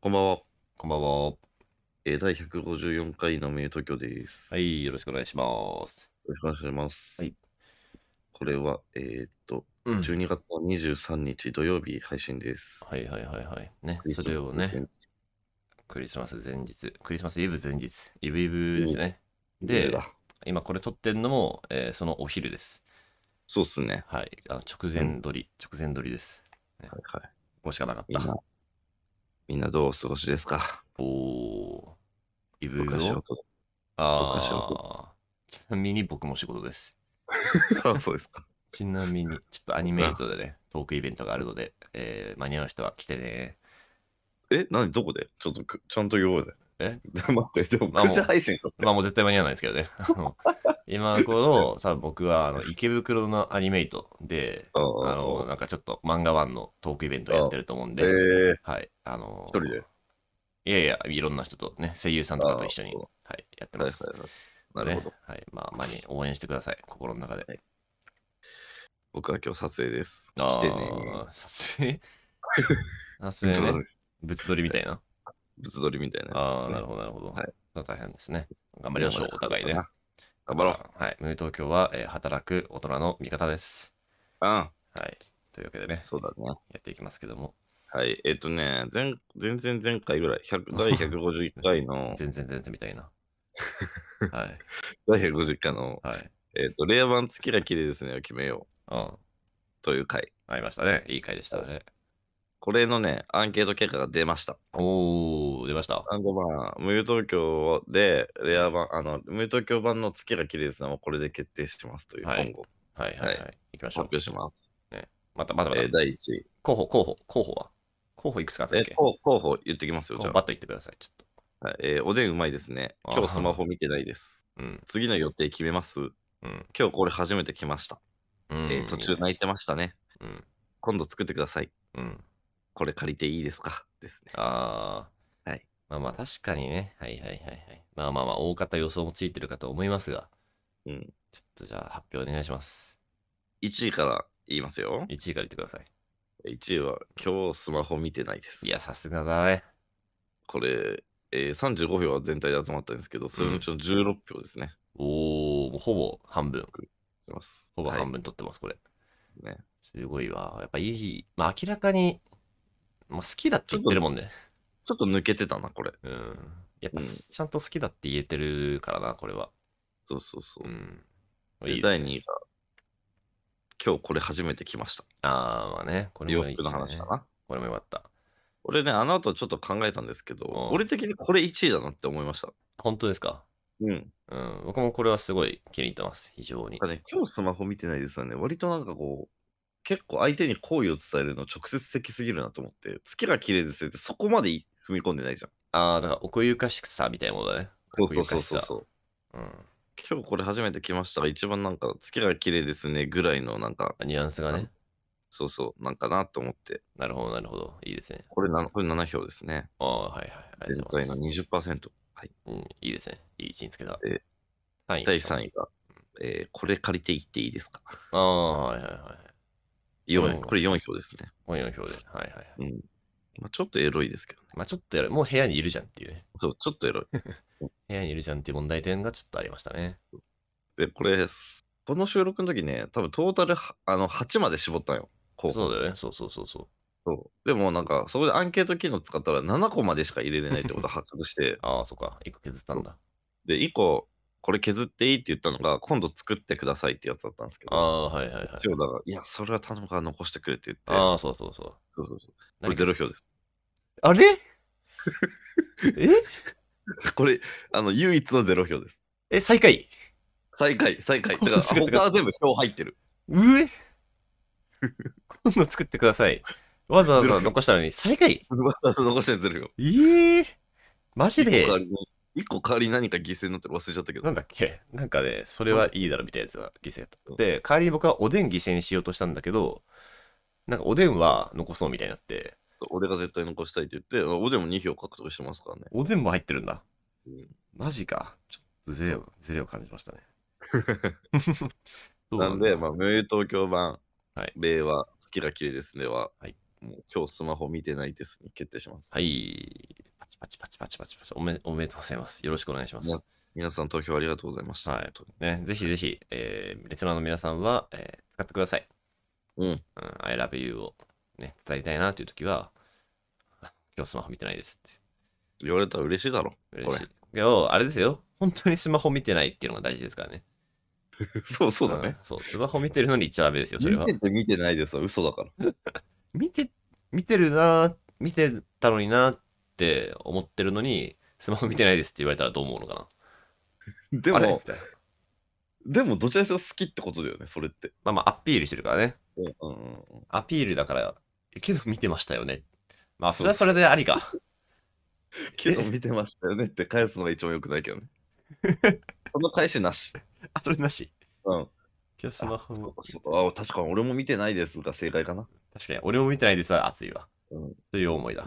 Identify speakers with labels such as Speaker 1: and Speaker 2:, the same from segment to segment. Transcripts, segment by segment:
Speaker 1: こんばんは。
Speaker 2: こんばんは。
Speaker 1: えー第154回の名東京です。。
Speaker 2: はい
Speaker 1: よ
Speaker 2: い、よろしくお願いします。
Speaker 1: ろしくお願いします。
Speaker 2: はい。
Speaker 1: これは、えーっと、
Speaker 2: うんはい
Speaker 1: 12月の23日土曜日配信です。
Speaker 2: はいはいはい。ね
Speaker 1: ク、リスマ
Speaker 2: そ
Speaker 1: ス
Speaker 2: れをね、クリスマス前日、クリスマスイブ前日、イブイブですね。
Speaker 1: で
Speaker 2: で、、今これ撮ってんのも、えーそのお昼です。
Speaker 1: そうっすね。
Speaker 2: はい、あの直前撮り、直前撮りです。
Speaker 1: はいはい。
Speaker 2: ここしかなかっ
Speaker 1: みん
Speaker 2: た
Speaker 1: な。、みんなどうお過ごしですか
Speaker 2: おー、イブイ
Speaker 1: 僕
Speaker 2: ブ
Speaker 1: は仕
Speaker 2: を。
Speaker 1: 事僕は仕
Speaker 2: あ
Speaker 1: 事
Speaker 2: ー、ちなみに僕も仕事です。
Speaker 1: あ、そうですか。
Speaker 2: ちなみに、ちょっとアニメ映像でね、トークイベントがあるので、えー間に合う人は来てね。
Speaker 1: え、何どこでちょっとく、ちゃんと言おうぜ。
Speaker 2: え
Speaker 1: 待って、でも
Speaker 2: あも
Speaker 1: 9
Speaker 2: う
Speaker 1: 時配信か。
Speaker 2: まあもう絶対間に合わないですけどね。あの今頃、多分僕はあの池袋のアニメイトで、
Speaker 1: あ
Speaker 2: あの、
Speaker 1: ー
Speaker 2: なんかちょっと漫画ワンのトークイベントやってると思うん
Speaker 1: え
Speaker 2: で、
Speaker 1: ー、
Speaker 2: はい。あの、
Speaker 1: 一人で。はい
Speaker 2: いやいや、いろんな人とね、声優さんとかと一緒に、
Speaker 1: あー
Speaker 2: は
Speaker 1: そ
Speaker 2: い、やって
Speaker 1: はいは
Speaker 2: ます。
Speaker 1: い。なるほど。
Speaker 2: ね。はい。まあ、間に応援してください、心の中で。
Speaker 1: 僕は今日撮影です。
Speaker 2: あ
Speaker 1: 来てねー。
Speaker 2: あ、撮影撮影ね。物撮りみたいな。
Speaker 1: 物撮りみたいな
Speaker 2: ああ、な
Speaker 1: や
Speaker 2: るほど、なるほど。
Speaker 1: はい
Speaker 2: それは大変ですね。頑
Speaker 1: つ
Speaker 2: 張りましょう、お互いね。。
Speaker 1: 頑張ろう。
Speaker 2: はい。無東京は、えー働く大人の味方です。
Speaker 1: うん、
Speaker 2: はい。というわけでね、
Speaker 1: そうだね。
Speaker 2: やっていきますけども、、
Speaker 1: はい、えっ、とね、前全然前回ぐらい、100第151回の
Speaker 2: 全然全然みたいな。はい。
Speaker 1: 第150回の、
Speaker 2: はい。
Speaker 1: えっ、と、令和版月が綺麗ですねを決めよう
Speaker 2: うん。
Speaker 1: という回。
Speaker 2: ありましたね。いい回でしたね。
Speaker 1: これのね、アンケート結果が出ました。
Speaker 2: おー、出ました。
Speaker 1: なんでまあ、無東京で、令和版、あの、無東京版の月が綺麗ですねをこれで決定しますという、
Speaker 2: はい
Speaker 1: 今後、
Speaker 2: はいはいはい。
Speaker 1: は
Speaker 2: 行きまし
Speaker 1: 発
Speaker 2: ょう。
Speaker 1: 表します。
Speaker 2: またまたまた、
Speaker 1: えー第1位。
Speaker 2: 候補、候補、候補は候補いくつかあった
Speaker 1: え
Speaker 2: っ
Speaker 1: ー
Speaker 2: け、
Speaker 1: 候候補言ってきますよ、
Speaker 2: 候
Speaker 1: じ
Speaker 2: 補
Speaker 1: ゃ
Speaker 2: バッと言ってください。ちょっ
Speaker 1: あ。はいえーおでんうまいですね。
Speaker 2: あー
Speaker 1: 今日スマホ見てないです。
Speaker 2: と。うん。
Speaker 1: 次の予定決めます
Speaker 2: うん。
Speaker 1: 今日これ初めて来ました。
Speaker 2: うん
Speaker 1: えー途中。泣いてましたね。
Speaker 2: うん。
Speaker 1: 今度作ってください。
Speaker 2: うん。
Speaker 1: これ借りていいですかですね。
Speaker 2: あー。
Speaker 1: はい。
Speaker 2: まあまあ、確かにね。はいはいはいはい。まあまあまあ、大方予想もついてるかと思いますが、
Speaker 1: うん。
Speaker 2: ちょっとじゃあ発表お願いします。
Speaker 1: 1位から言いますよ。
Speaker 2: 1位から言ってください。
Speaker 1: 1位は今日スマホ見てないです。
Speaker 2: いや、さすがだね。
Speaker 1: これ、えー35票は全体で集まったんですけど、それのうちの16票ですね。
Speaker 2: おー、もうほぼ半分。
Speaker 1: します
Speaker 2: ほぼ半
Speaker 1: は
Speaker 2: 分取ってます、これ。
Speaker 1: いね。
Speaker 2: すごいわ。やっぱいい、まあ明らかに、まあ好きだって言ってるもんね。
Speaker 1: ちょっと抜けてたな、これ。
Speaker 2: うん。やっぱ
Speaker 1: うん
Speaker 2: すちゃんと好きだって言えてるからな、これは。
Speaker 1: そうそうそう
Speaker 2: う。ん。
Speaker 1: で
Speaker 2: いい
Speaker 1: 第2位が今日これ初めて来ました。
Speaker 2: ああ、まあね。これ
Speaker 1: 洋
Speaker 2: もいい
Speaker 1: 服
Speaker 2: です
Speaker 1: の
Speaker 2: ね。
Speaker 1: 話かな。
Speaker 2: これもよかった。
Speaker 1: 俺ね、あの後ちょっと考えたんですけど、
Speaker 2: ん
Speaker 1: 俺的にこれ1位だなって思いました。
Speaker 2: 本当ですか
Speaker 1: うん。
Speaker 2: うん。僕もこれはすごい気に入ってます。非常に
Speaker 1: なん。かね、今日スマホ見てないですよね。割となんかこう、結構相手に好意を伝えるの直接的すぎるなと思って、月が綺麗ですよってそこまでい踏み込んでないじゃん。
Speaker 2: ああ、だから奥ゆかしさみたいなものだね。
Speaker 1: そうそうそうそうそう。
Speaker 2: う。うん。
Speaker 1: 今日これ初めて来ましたが、一番なんか月が綺麗ですねぐらいのなんか、
Speaker 2: ニュアンスが
Speaker 1: なん
Speaker 2: ね
Speaker 1: か。そうそう、なんかなと思って、
Speaker 2: なるほど、なるほど。いいですね。
Speaker 1: これ 7, これ7票ですね。
Speaker 2: ああ、はいはい。あり
Speaker 1: 全
Speaker 2: がとうご
Speaker 1: 体
Speaker 2: ざいま
Speaker 1: の
Speaker 2: す。
Speaker 1: 20%。はい、
Speaker 2: うん、いいですね。いい位置につけた。
Speaker 1: え
Speaker 2: 3位。
Speaker 1: 第3位が、えーこれ借りていっていいですか
Speaker 2: ああ、はいはいはい。
Speaker 1: 4
Speaker 2: うん
Speaker 1: これ4票ですね。
Speaker 2: 本4票で。はいはいはい。
Speaker 1: うんまあ、ちょっとエロいですけどね。
Speaker 2: まあちょっとやる。もう部屋にいるじゃんっていうね。
Speaker 1: そうちょっとエロい。
Speaker 2: 部屋にいるじゃんっていう問題点がちょっとありましたね。
Speaker 1: で、これ、すこの収録の時ね、多分トータルはあの8まで絞ったんよ。こう
Speaker 2: そうだよね。そうそうそうそう。
Speaker 1: そうでもなんか、そこでアンケート機能使ったら7個までしか入れれないってことを発覚して、
Speaker 2: ああ、そっか。1個削ったんだ。
Speaker 1: で、1個、これ削っていいって言ったのが、今度作ってくださいってやつだったんですけ
Speaker 2: あ
Speaker 1: ど、
Speaker 2: あ、はいはいはい。
Speaker 1: 一応だから、いや、それは頼むから残してくれって言って、
Speaker 2: ああ、そうそうそう。
Speaker 1: そうそうそう。こ
Speaker 2: 何
Speaker 1: れ
Speaker 2: か
Speaker 1: ゼロ票です。
Speaker 2: あれえ
Speaker 1: これ、あの、唯一のゼロ票です。
Speaker 2: え、最下位
Speaker 1: 最下位、最下位。だか
Speaker 2: 今
Speaker 1: ら、
Speaker 2: 度作ってく
Speaker 1: 他は
Speaker 2: ださい
Speaker 1: 全部票入ってる。
Speaker 2: うえ今度作ってください。わざわ
Speaker 1: ゼロ
Speaker 2: ざ
Speaker 1: 票
Speaker 2: 残したのに最下位
Speaker 1: わざわざ残してゼロ票。
Speaker 2: ええマジ
Speaker 1: 1個
Speaker 2: で
Speaker 1: 代わりに一個代わりに何か犠牲になってる忘れちゃったけど
Speaker 2: な。んだっけなんかね、それはいいだろみたいなやつが犠牲だった。で、代わりに僕はおでん犠牲にしようとしたんだけど、なんかおでんは残そうみたいになって、
Speaker 1: 俺が絶対残したいって言って、おでも2票獲得してますからね。
Speaker 2: おでんも入ってるんだ。
Speaker 1: うん
Speaker 2: マジか。ちょっとゼレを、ゼレを感じましたね。そう
Speaker 1: なんで、
Speaker 2: だ
Speaker 1: まあ、無東京版、
Speaker 2: はい
Speaker 1: 令和、月が綺麗ですねは、
Speaker 2: はい
Speaker 1: もう今日スマホ見てないですに決定します。
Speaker 2: はい。パチパチパチパチパチ。おめおめでとうございます。よろしくお願いします。
Speaker 1: も皆さん投票ありがとうございました。
Speaker 2: はい。ね、ぜひぜひ、えー、レスナーの皆さんは、えー使ってください。
Speaker 1: うん。
Speaker 2: うん、I love you を、ね、伝えたいなという時は、あ今日スマホ見てないですって。
Speaker 1: 言われたら嬉しいだろ。
Speaker 2: 嬉しい。けど、あれですよ。本当にスマホ見てないっていうのが大事ですからね。
Speaker 1: これそうそうだね
Speaker 2: ん。 そう、スマホ見てるのに言っちゃダメですよ、それ
Speaker 1: 見
Speaker 2: は
Speaker 1: て。て見てないです嘘だ から。
Speaker 2: 見て、見てるなー見てたのになーって思ってるのに、スマホ見てないですって言われたらどう思うのか
Speaker 1: で
Speaker 2: な。あれみ
Speaker 1: も、
Speaker 2: たいな
Speaker 1: でもどちらにせよ好きってことだよね、それって。
Speaker 2: まあまあ、アピールしてるからね。
Speaker 1: うん うんうんうん
Speaker 2: アピールだから、えけど見てましたよね。まあ、それはそれでありか。
Speaker 1: けど見てましたよねって返すのが一番良くないけ どね。その返しなし。
Speaker 2: あ、それなし。
Speaker 1: うん。
Speaker 2: 今日スマホも。
Speaker 1: そうあ確かに俺も見てないですが正解かな。
Speaker 2: 確かに、俺も見てないですわ、熱いわ。
Speaker 1: うん
Speaker 2: という思いだ。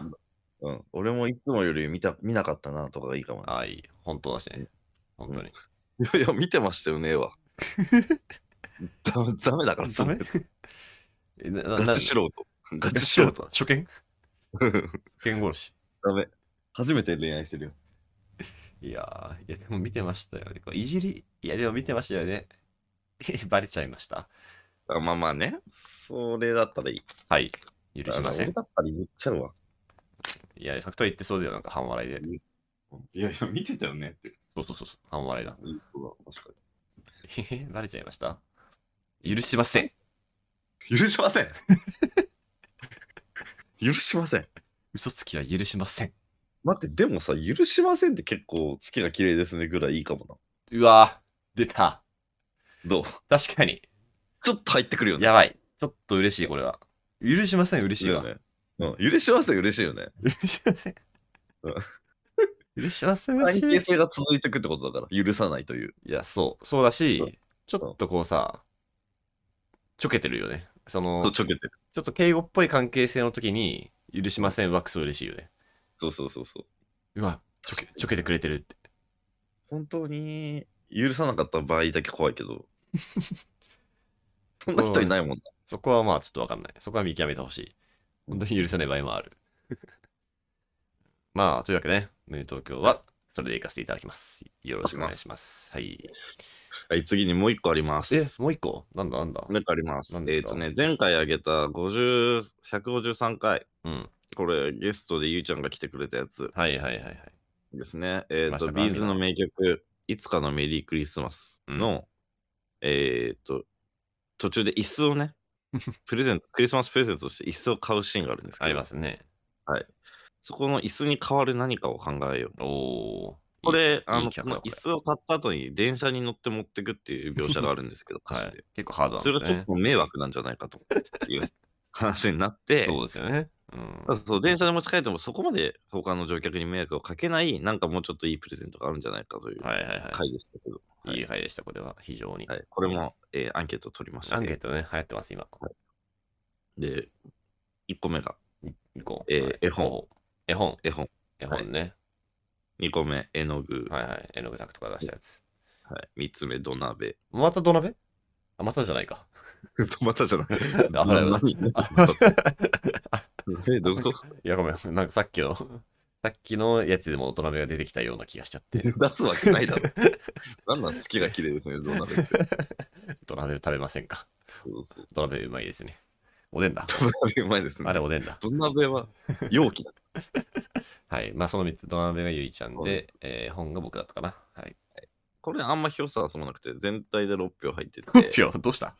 Speaker 1: うん。俺もいつもより見た見なかったなとかがいいかもな。
Speaker 2: ああ、いい。本当だしね。本当
Speaker 1: い
Speaker 2: に。
Speaker 1: やいや、見てましたよね は。ダメダメだから、
Speaker 2: ダメ えなな
Speaker 1: ガチ素人。 ガチ素人。
Speaker 2: 初見 初見殺し。
Speaker 1: ダメ。初めて恋愛してるよ。
Speaker 2: いやー、いやでも見てましたよね。こういじり、いやでも見てましたよね。 バレちゃいました。
Speaker 1: あまあまあね。それだったらいい。
Speaker 2: はい。許しませ
Speaker 1: あの俺
Speaker 2: ん。
Speaker 1: だったら言っちゃうわ。
Speaker 2: いや、ファクト言ってそうだよ、なんか半笑いで。
Speaker 1: いやいや、見てたよねって。
Speaker 2: そうそうそうそう、半笑いだ。
Speaker 1: うんそうだ確か
Speaker 2: えへへバレちゃいました許しません。
Speaker 1: に許しません 許しません。
Speaker 2: 嘘つきは許しません。
Speaker 1: 待って、でもさ、許しませんって結構月が綺麗ですねぐらいいいかもな。
Speaker 2: うわー、出た。
Speaker 1: どう
Speaker 2: 確かに。
Speaker 1: ちょっと入ってくるよね。
Speaker 2: やばい。ちょっと嬉しい、これは。許しません、嬉しいわ。
Speaker 1: ね。うん、許しません、嬉しいよね。
Speaker 2: 許しません
Speaker 1: うん。
Speaker 2: 許しません、嬉
Speaker 1: 関
Speaker 2: しい
Speaker 1: 係。性が続いてくってことだから、許さないという。
Speaker 2: いや、そう、そうだ
Speaker 1: うん
Speaker 2: し、ちょっとこうさ、ちょけてるよね。その
Speaker 1: そう、、ちょけてる。
Speaker 2: ちょっと敬語っぽい関係性の時に、許しませんはクソ嬉しいよね。
Speaker 1: そうそうそうそう。
Speaker 2: うわ、ちょけ、ちょけてくれてるって。
Speaker 1: 本当に許さなかった場合だけ怖いけ ど。そんな人いないもんな。
Speaker 2: そこはまあちょっとわかんない。そこは見極めてほしい。本当に許せない場合もある。 まあ、というわけで、ね、ムー東京は、それで行かせていただきます。よろしくお願いします。はい。
Speaker 1: はい、次にもう一個あります。
Speaker 2: え、もう一個なんだなんだ
Speaker 1: もう一個あります。えっ
Speaker 2: 何、ですか
Speaker 1: とね、前回あげた50 153回、
Speaker 2: うん。
Speaker 1: これゲストでゆうちゃんが来てくれたやつ
Speaker 2: はいはいはいはい。
Speaker 1: ですね。えっ、
Speaker 2: まし
Speaker 1: と、
Speaker 2: たか
Speaker 1: ビーズの名曲、いつかのメリークリスマスの、えっ、と、途中で椅子を ね、プレゼント、クリスマスプレゼントとして椅子を買うシーンがあるんですけど、
Speaker 2: ありますね。
Speaker 1: そこの椅子に代わる何かを考えよう。
Speaker 2: おー。
Speaker 1: こ
Speaker 2: いい、
Speaker 1: れ、あの、
Speaker 2: 企
Speaker 1: こ
Speaker 2: 画だ
Speaker 1: の
Speaker 2: これ
Speaker 1: 椅子を買った後に電車に乗って持ってくっていう描写があるんですけど、歌詞
Speaker 2: は
Speaker 1: で
Speaker 2: い。結構ハード
Speaker 1: それ
Speaker 2: なん
Speaker 1: が
Speaker 2: で
Speaker 1: ちょ
Speaker 2: す
Speaker 1: っ
Speaker 2: ね。
Speaker 1: と迷惑なんじゃないかという 話になって、
Speaker 2: そうですよね。うん。
Speaker 1: そう電車で持ち帰ってもそこまで他の乗客に迷惑をかけない、なんかもうちょっといいプレゼントがあるんじゃないかという
Speaker 2: はいはいは
Speaker 1: 回でしたけど、
Speaker 2: い。いい回でした、これは。非常に。
Speaker 1: はい、これも、えーアンケート取りまし
Speaker 2: アンケー
Speaker 1: て、
Speaker 2: トね、流行ってます、今。
Speaker 1: で、1個目が
Speaker 2: 行こう。
Speaker 1: えー
Speaker 2: はい
Speaker 1: 絵本。
Speaker 2: 絵本。
Speaker 1: 絵本、
Speaker 2: 絵本ね。
Speaker 1: 2個目絵の具、は
Speaker 2: はいはい。絵の具タクとか出したやつ。
Speaker 1: い、3つ目土鍋、
Speaker 2: また土鍋あ、またじゃないか。
Speaker 1: またじ ゃない。
Speaker 2: あ危ない危ない
Speaker 1: 何
Speaker 2: あ
Speaker 1: え、どういう こと
Speaker 2: いや、ごめん。なんかさっきの、さっきのやつでも土鍋が出てきたような気がしちゃって。
Speaker 1: 出すわけないだ ろ。なんなん月が綺麗ですね、どうな るって。
Speaker 2: 土鍋食べませんか。
Speaker 1: そうそう。
Speaker 2: 土鍋うまいですね。おでんだ。
Speaker 1: 土鍋うまいです
Speaker 2: あ
Speaker 1: ね
Speaker 2: れ。おでんだ。
Speaker 1: 土鍋は容器だ。
Speaker 2: はい。まあその3つ、土鍋がゆいちゃん
Speaker 1: そう
Speaker 2: で
Speaker 1: で、
Speaker 2: えー本が僕だったかな。 はい。
Speaker 1: これあんま票差はつもなくて、全体で6票入ってて、
Speaker 2: 今日どうした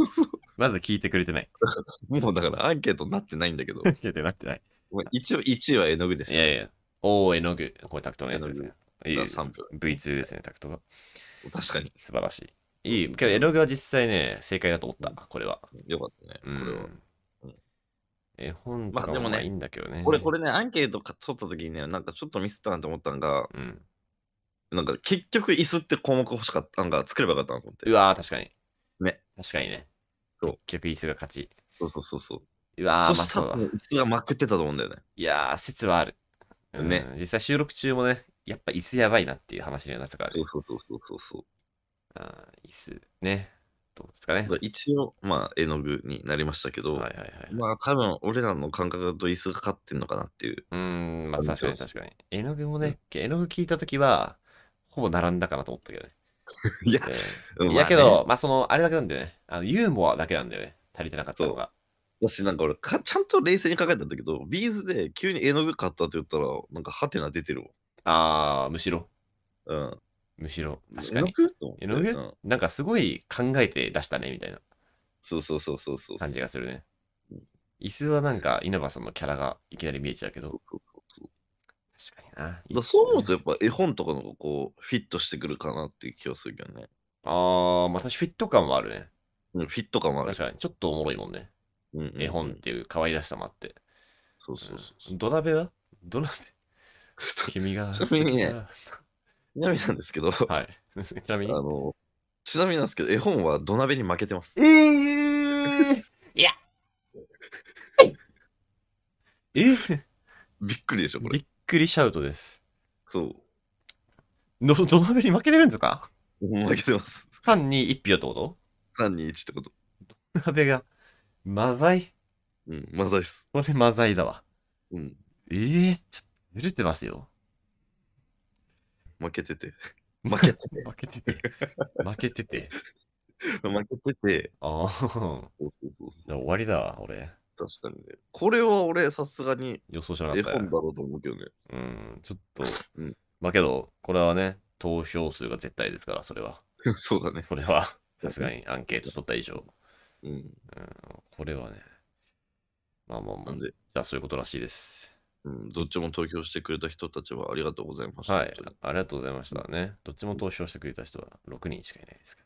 Speaker 2: まず聞いてくれてない。
Speaker 1: もうだからアンケートになってないんだけど、
Speaker 2: 聞いてなってない。
Speaker 1: まあ一応1位は絵の具でし
Speaker 2: い
Speaker 1: た。
Speaker 2: やいや。おー、絵の具。これタクトのやつですね。いい
Speaker 1: だから
Speaker 2: です。
Speaker 1: 3票。
Speaker 2: V2 ですね、タクトが。
Speaker 1: 確かに。
Speaker 2: 素晴らしい。いい。けど絵の具は実際ね、正解だと思った。これは。
Speaker 1: よかったね。こ
Speaker 2: う
Speaker 1: れは。
Speaker 2: ん
Speaker 1: うん。
Speaker 2: 絵本と
Speaker 1: まあ
Speaker 2: か
Speaker 1: で
Speaker 2: も
Speaker 1: もね
Speaker 2: まあいいんだけどね。
Speaker 1: これ、これね、アンケートか取った時にね、なんかちょっとミスったなと思ったのが、
Speaker 2: うん。
Speaker 1: なんか結局椅子って項目欲しかった、なんか作ればよかったなと思って
Speaker 2: う。わー、確かに。
Speaker 1: ね。
Speaker 2: 確かにね。
Speaker 1: そう
Speaker 2: 結局、椅子が勝ち。
Speaker 1: そうそうそうそう。
Speaker 2: うわ
Speaker 1: そ
Speaker 2: ー、まあ
Speaker 1: した
Speaker 2: そう
Speaker 1: ら
Speaker 2: だ
Speaker 1: ね。椅子がまくってたと思うんだよね。
Speaker 2: いやー、説はある。うん
Speaker 1: ね。
Speaker 2: 実際収録中もね、やっぱ椅子やばいなっていう話にはなったから
Speaker 1: そ
Speaker 2: ね
Speaker 1: う。そうそうそうそうそう。
Speaker 2: あー椅子。ね。とですかね。
Speaker 1: 一応、まあ、絵の具になりましたけど、
Speaker 2: はいはいはい。
Speaker 1: まあ、多分、俺らの感覚と椅子が勝ってんのかなっていう。
Speaker 2: うーん、まあ
Speaker 1: こんに
Speaker 2: 確
Speaker 1: ち
Speaker 2: か
Speaker 1: は
Speaker 2: に確かに。絵の具もね、絵の具聞いたときは、ほぼ並んだかなと思ったけどね。
Speaker 1: いや
Speaker 2: え
Speaker 1: うん
Speaker 2: えいやけど、まあその、あれだけなんだよね。あのユーモアだけなんだよね。足りてなかったのが。
Speaker 1: だし、なんか俺か、ちゃんと冷静に考えたんだけど、ビーズで急に絵の具買ったって言ったら、なんか、ハテナ出てる
Speaker 2: ああ、むしろ、
Speaker 1: わ。うん。
Speaker 2: むしろ、確かに。
Speaker 1: 絵の具と思って
Speaker 2: 絵の具
Speaker 1: うん
Speaker 2: なんかすごい考えて出したね、みたいな
Speaker 1: そうそうそうそうそう。
Speaker 2: 感じがするね
Speaker 1: うん。
Speaker 2: 椅子はなんか稲葉さんのキャラがいきなり見えちゃうけ
Speaker 1: そう
Speaker 2: ど、
Speaker 1: そうそう
Speaker 2: 確かにな。
Speaker 1: だからそう思うと、
Speaker 2: いいっすね
Speaker 1: やっぱ絵本とかの方がこう、フィットしてくるかなっていう気がするけどね。
Speaker 2: ああ、まあ確かにフィット感はあるね。
Speaker 1: うんフィット感もある
Speaker 2: 確。かに、ちょっとおもろいもんね。
Speaker 1: うんうんうん
Speaker 2: 絵本っ。ていう可愛らしさもあって。
Speaker 1: そうそうそうそう。
Speaker 2: 土鍋は土 鍋
Speaker 1: ち
Speaker 2: 君が
Speaker 1: ちなみにね
Speaker 2: 好きな
Speaker 1: なみになんですけど、
Speaker 2: はい ちなみ
Speaker 1: あ
Speaker 2: に
Speaker 1: の、ちなみになんですけど、絵本は土鍋に負けてます。
Speaker 2: えー、い やえ
Speaker 1: びっくりでしょ、これ
Speaker 2: びっ。くりシャウトです
Speaker 1: そう。
Speaker 2: の土鍋に負けてるんですか
Speaker 1: 負けてます。
Speaker 2: 単に一票ってこと
Speaker 1: 3、2、1ってこと。
Speaker 2: 土鍋がマザイ
Speaker 1: うん、まざいっす。
Speaker 2: これマザイだわ
Speaker 1: うん、
Speaker 2: えー、ちょっとずれてますよ
Speaker 1: 負けて て。負けてて。
Speaker 2: 負けてて負けてて
Speaker 1: 負けてて。
Speaker 2: ああ終
Speaker 1: そうそうそうそう。
Speaker 2: わりだわ俺
Speaker 1: 確かにね。これは俺、さすがに
Speaker 2: 予想しなかっ
Speaker 1: 絵
Speaker 2: た
Speaker 1: 本だろうと思うけどね。
Speaker 2: うんちょっと、
Speaker 1: うん
Speaker 2: まあけどこれはね投票数が絶対ですからそれは
Speaker 1: そうだね。
Speaker 2: それはさすがにアンケート取った以上、
Speaker 1: うん。
Speaker 2: うん、これはねまあまあま
Speaker 1: な
Speaker 2: あ
Speaker 1: ん
Speaker 2: じ
Speaker 1: で、
Speaker 2: ゃあそういうことらしいです
Speaker 1: うん、どっちも投票してくれた人たちはありがとうございました。
Speaker 2: はい
Speaker 1: 本
Speaker 2: あありがとうございましたねどっちも投票してくれた人は6人しかいないですけ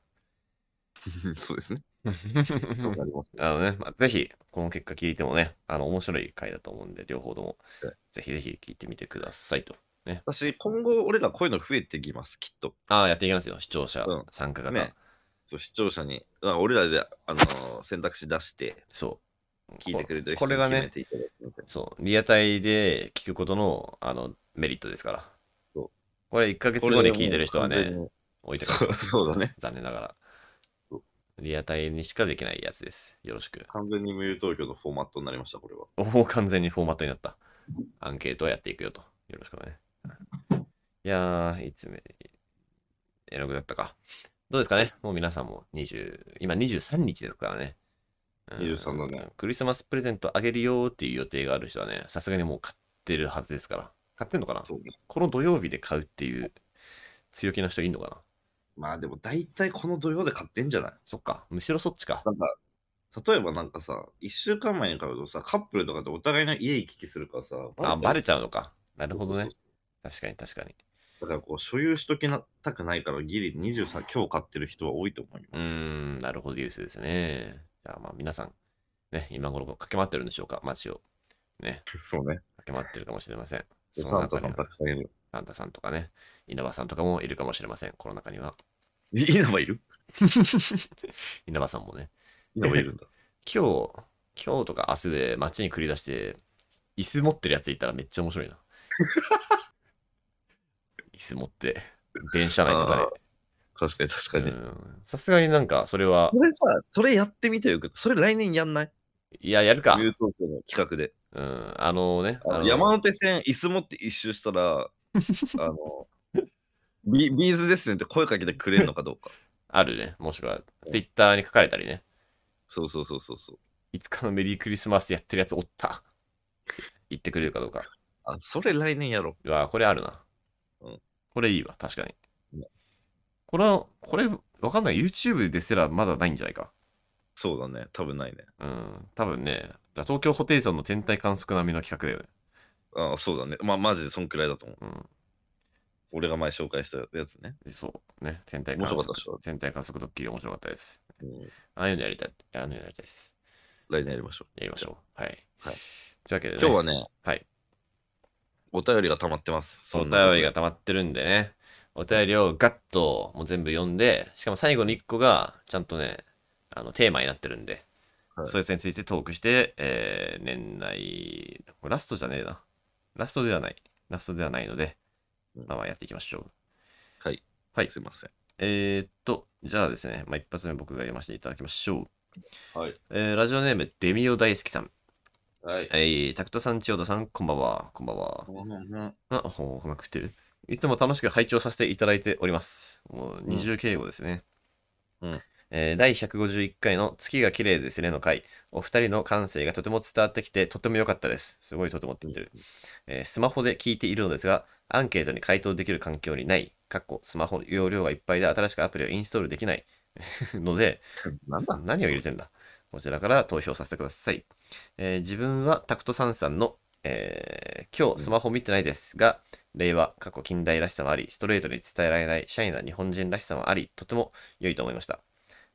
Speaker 1: 当にそうですね。
Speaker 2: ど
Speaker 1: ありますね。
Speaker 2: あのね、まあ、ぜひこの結果聞いてもねあの面白い回だと思うんで両方とも
Speaker 1: はい
Speaker 2: ぜひぜひ聞いてみてくださいと
Speaker 1: 私、今後、俺らこういうの増えてきます、きっと。
Speaker 2: ああやっていきますよ視聴者
Speaker 1: うん
Speaker 2: 参加型、
Speaker 1: ねそう視聴者に、あ俺らで、あのー選択肢出して、
Speaker 2: そう
Speaker 1: 聞いてくれてる人
Speaker 2: こ
Speaker 1: に
Speaker 2: れが
Speaker 1: 決
Speaker 2: ね
Speaker 1: めていただくみたいな
Speaker 2: そう、リアタイで聞くことのあのメリットですから。
Speaker 1: そう
Speaker 2: これ1ヶ月
Speaker 1: これ
Speaker 2: 後
Speaker 1: はも
Speaker 2: に
Speaker 1: う
Speaker 2: 聞いてる人は
Speaker 1: 完全
Speaker 2: ね、
Speaker 1: に
Speaker 2: 置いてか
Speaker 1: そうそうだね。
Speaker 2: 残念ながら
Speaker 1: そ。
Speaker 2: リアタイにしかできないやつです。よろしく。
Speaker 1: 完全に無料投票のフォーマットになりました、これは。
Speaker 2: おお、完全にフォーマットになった。アンケートをやっていくよと。よろしくね。いやー、いつ目、絵の具だったか。どうですかねもう皆さんも20、今23日ですからね。うん
Speaker 1: 23だね。
Speaker 2: クリスマスプレゼントあげるよーっていう予定がある人はね、さすがにもう買ってるはずですから。買ってんのかな
Speaker 1: そうね。
Speaker 2: この土曜日で買うっていう強気な人いんのかな
Speaker 1: まあでも、大体この土曜で買ってんじゃない
Speaker 2: そっか。むしろそっちか。
Speaker 1: なんか、例えばなんかさ、1週間前に買うとさ、カップルとかでお互いの家行き来するからさ、
Speaker 2: あ、バレ
Speaker 1: ち
Speaker 2: ちゃうのか。なる
Speaker 1: ゃう
Speaker 2: ほどね
Speaker 1: そうそう。
Speaker 2: 確かに確かに。
Speaker 1: そうだからこう、所有しときなたくないから、ギリ23、今日買ってる人は多いと思いうます。
Speaker 2: ーん、なるほど、ユースですね。じゃあまあ皆さん、ね、今頃駆け回ってるんでしょうか、街を。ね、
Speaker 1: そうね。
Speaker 2: 駆け回ってるかもしれません。その
Speaker 1: サンタ
Speaker 2: 中に
Speaker 1: さん
Speaker 2: は
Speaker 1: たくさんいる。
Speaker 2: サンタさんとかね、稲葉さんとかもいるかもしれません、この中には。
Speaker 1: い稲葉いる
Speaker 2: 稲葉さんもね、
Speaker 1: 稲葉いるんだ。
Speaker 2: 今日、今日とか明日で街に繰り出して、椅子持ってるやついたらめっちゃ面白 いな。椅子持って、電車内とか
Speaker 1: 確かに確か
Speaker 2: で
Speaker 1: に。
Speaker 2: うん。さすがになんか、それは
Speaker 1: こ、れさ、それやってみてよ。それ来年やんない
Speaker 2: いや、やるか。
Speaker 1: ニュートークの企画で。
Speaker 2: うん、あのね、
Speaker 1: あ
Speaker 2: あ
Speaker 1: の
Speaker 2: の
Speaker 1: 山手線、椅子持って一周した ら、あの、ビビーズですねって声かけてくれるのかどう か。
Speaker 2: あるね。もしくは、ツイッターに書かれたりね。
Speaker 1: そうそうそうそうそう。
Speaker 2: いつかのメリークリスマスやってるやつおった。言ってくれるかどうか。
Speaker 1: あ、それ来年やろ
Speaker 2: うわ、これあるな。
Speaker 1: うん
Speaker 2: これいいわ、確かに
Speaker 1: うん。
Speaker 2: これは、これ、わかんない。YouTube ですらまだないんじゃないか。
Speaker 1: う。そうだね。多分ないね。
Speaker 2: うん、多分ね、だ東京ホテイソンの天体観測並みの企画だよね。
Speaker 1: あそうだね。まあ、マジでそんくらいだと思う。
Speaker 2: うん
Speaker 1: 俺が前紹介したやつね。
Speaker 2: そう。ね、天体観
Speaker 1: 面白かった
Speaker 2: 測
Speaker 1: でしょ。
Speaker 2: 天体観測ドッキリ面白かったです。
Speaker 1: うん、
Speaker 2: ああいうのやりたい。ああいうのやりたいです。
Speaker 1: 来年やりましょ
Speaker 2: やりましょう。はい。
Speaker 1: はい
Speaker 2: というわけ
Speaker 1: う。
Speaker 2: で、ね、
Speaker 1: 今日はね、
Speaker 2: はい。
Speaker 1: お便りが溜まってます。
Speaker 2: お
Speaker 1: んな
Speaker 2: 便りが溜まってるんでね、お便りをガッともう全部読んで、しかも最後の1個がちゃんとね、あのテーマになってるんで、
Speaker 1: はい
Speaker 2: そいつについてトークして、えー年内、これラストじゃねえな。ラストではない。ラストではないので
Speaker 1: うん、
Speaker 2: まあまあやっていきましょう。
Speaker 1: はい。
Speaker 2: はい
Speaker 1: すいません。
Speaker 2: えーっと、じゃあですね、まあ、一発目僕が読ませていただきましょう。
Speaker 1: はい。
Speaker 2: えーラジオネーム、デミオ大好きさん。
Speaker 1: はい。
Speaker 2: はい、タクトさん、千代田さん、こんばんは。こんばんは。あ、ほう、うまくいってる。いつも楽しく拝聴させていただいております。もう二重敬語ですね。
Speaker 1: うん
Speaker 2: えー第151回の月が綺麗ですねの回、お二人の感性がとても伝わってきて、とても良かったです。すごいとてもって言ってる、えースマホで聞いているのですが、アンケートに回答できる環境にない、かっこスマホ容量がいっぱいで新しくアプリをインストールできない ので、
Speaker 1: なんだ
Speaker 2: 何を入れてんだこちらから投票させてください。えー自分はタクトさんさんの、えー今日スマホ見てないですが、令和、過去近代らしさもあり、ストレートに伝えられないシャイな日本人らしさもあり、とても良いと思いました。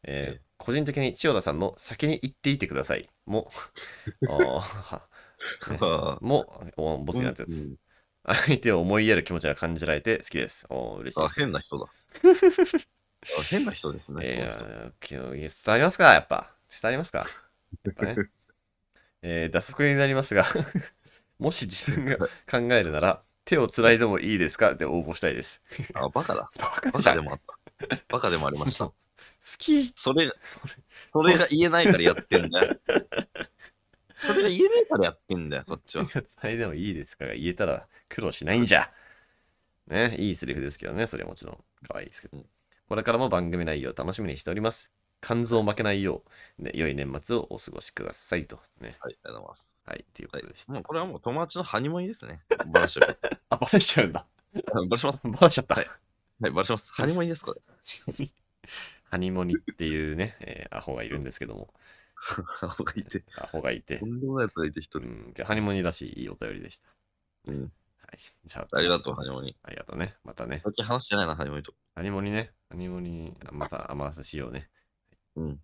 Speaker 2: えー
Speaker 1: え
Speaker 2: 個人的に千代田さんの先に行っていてくださいも、 あーは もう、おボスになったやつ。相手を思いやる気持ちが感じられて好きです。おー嬉しい
Speaker 1: あ
Speaker 2: で、す。
Speaker 1: 変な 人だ。あ変な人ですね。
Speaker 2: え
Speaker 1: この人
Speaker 2: ー今日伝わりますかやっぱ。伝わりますかやっぱね。えー脱足になりますが、 もし自分が考えるなら、手をつないでもいいですかで応募したいです。
Speaker 1: あ、バカだ。
Speaker 2: バカ
Speaker 1: バ
Speaker 2: じゃ
Speaker 1: カ
Speaker 2: ん
Speaker 1: でもあった。バカでもありました
Speaker 2: 好。きじ
Speaker 1: それ、
Speaker 2: それ
Speaker 1: それが言えないからやってんだ よ。それが言えないからやってんだよ、こっちは。
Speaker 2: 手をつないでもいいですかが言えたら苦労しないんじゃ。ね、いいセリフですけどね、それはもちろん。可愛いですけど
Speaker 1: うん。
Speaker 2: これからも番組内容を楽しみにしております。肝臓負けないよう、ね、良い年末をお過ごしくださいと。ね、
Speaker 1: はい、ありがとうございます。
Speaker 2: はい、というこ
Speaker 1: はい
Speaker 2: とでし、た。
Speaker 1: もうこれはもう友達のハニモニですね。バラしちゃう。
Speaker 2: あ、バレしちゃうんだ。
Speaker 1: バラします。
Speaker 2: バラしちゃった。
Speaker 1: はい、バラします。ハニモニです、こ れ。
Speaker 2: ハニモニっていうね、えーアホがいるんですけども、
Speaker 1: アホがいて、
Speaker 2: アホがいて
Speaker 1: と、んでもないやつがいて一
Speaker 2: う
Speaker 1: 人。
Speaker 2: ん、ハニモニらしいいいお便りでした。
Speaker 1: うん
Speaker 2: はい、じゃあ、
Speaker 1: ありがとう、ハニモニ。
Speaker 2: ありがとうね。またね。
Speaker 1: 最近話してないな、ハニモニと。
Speaker 2: ハニモニね。ハニモニ、あまた甘さしようね。
Speaker 1: うん。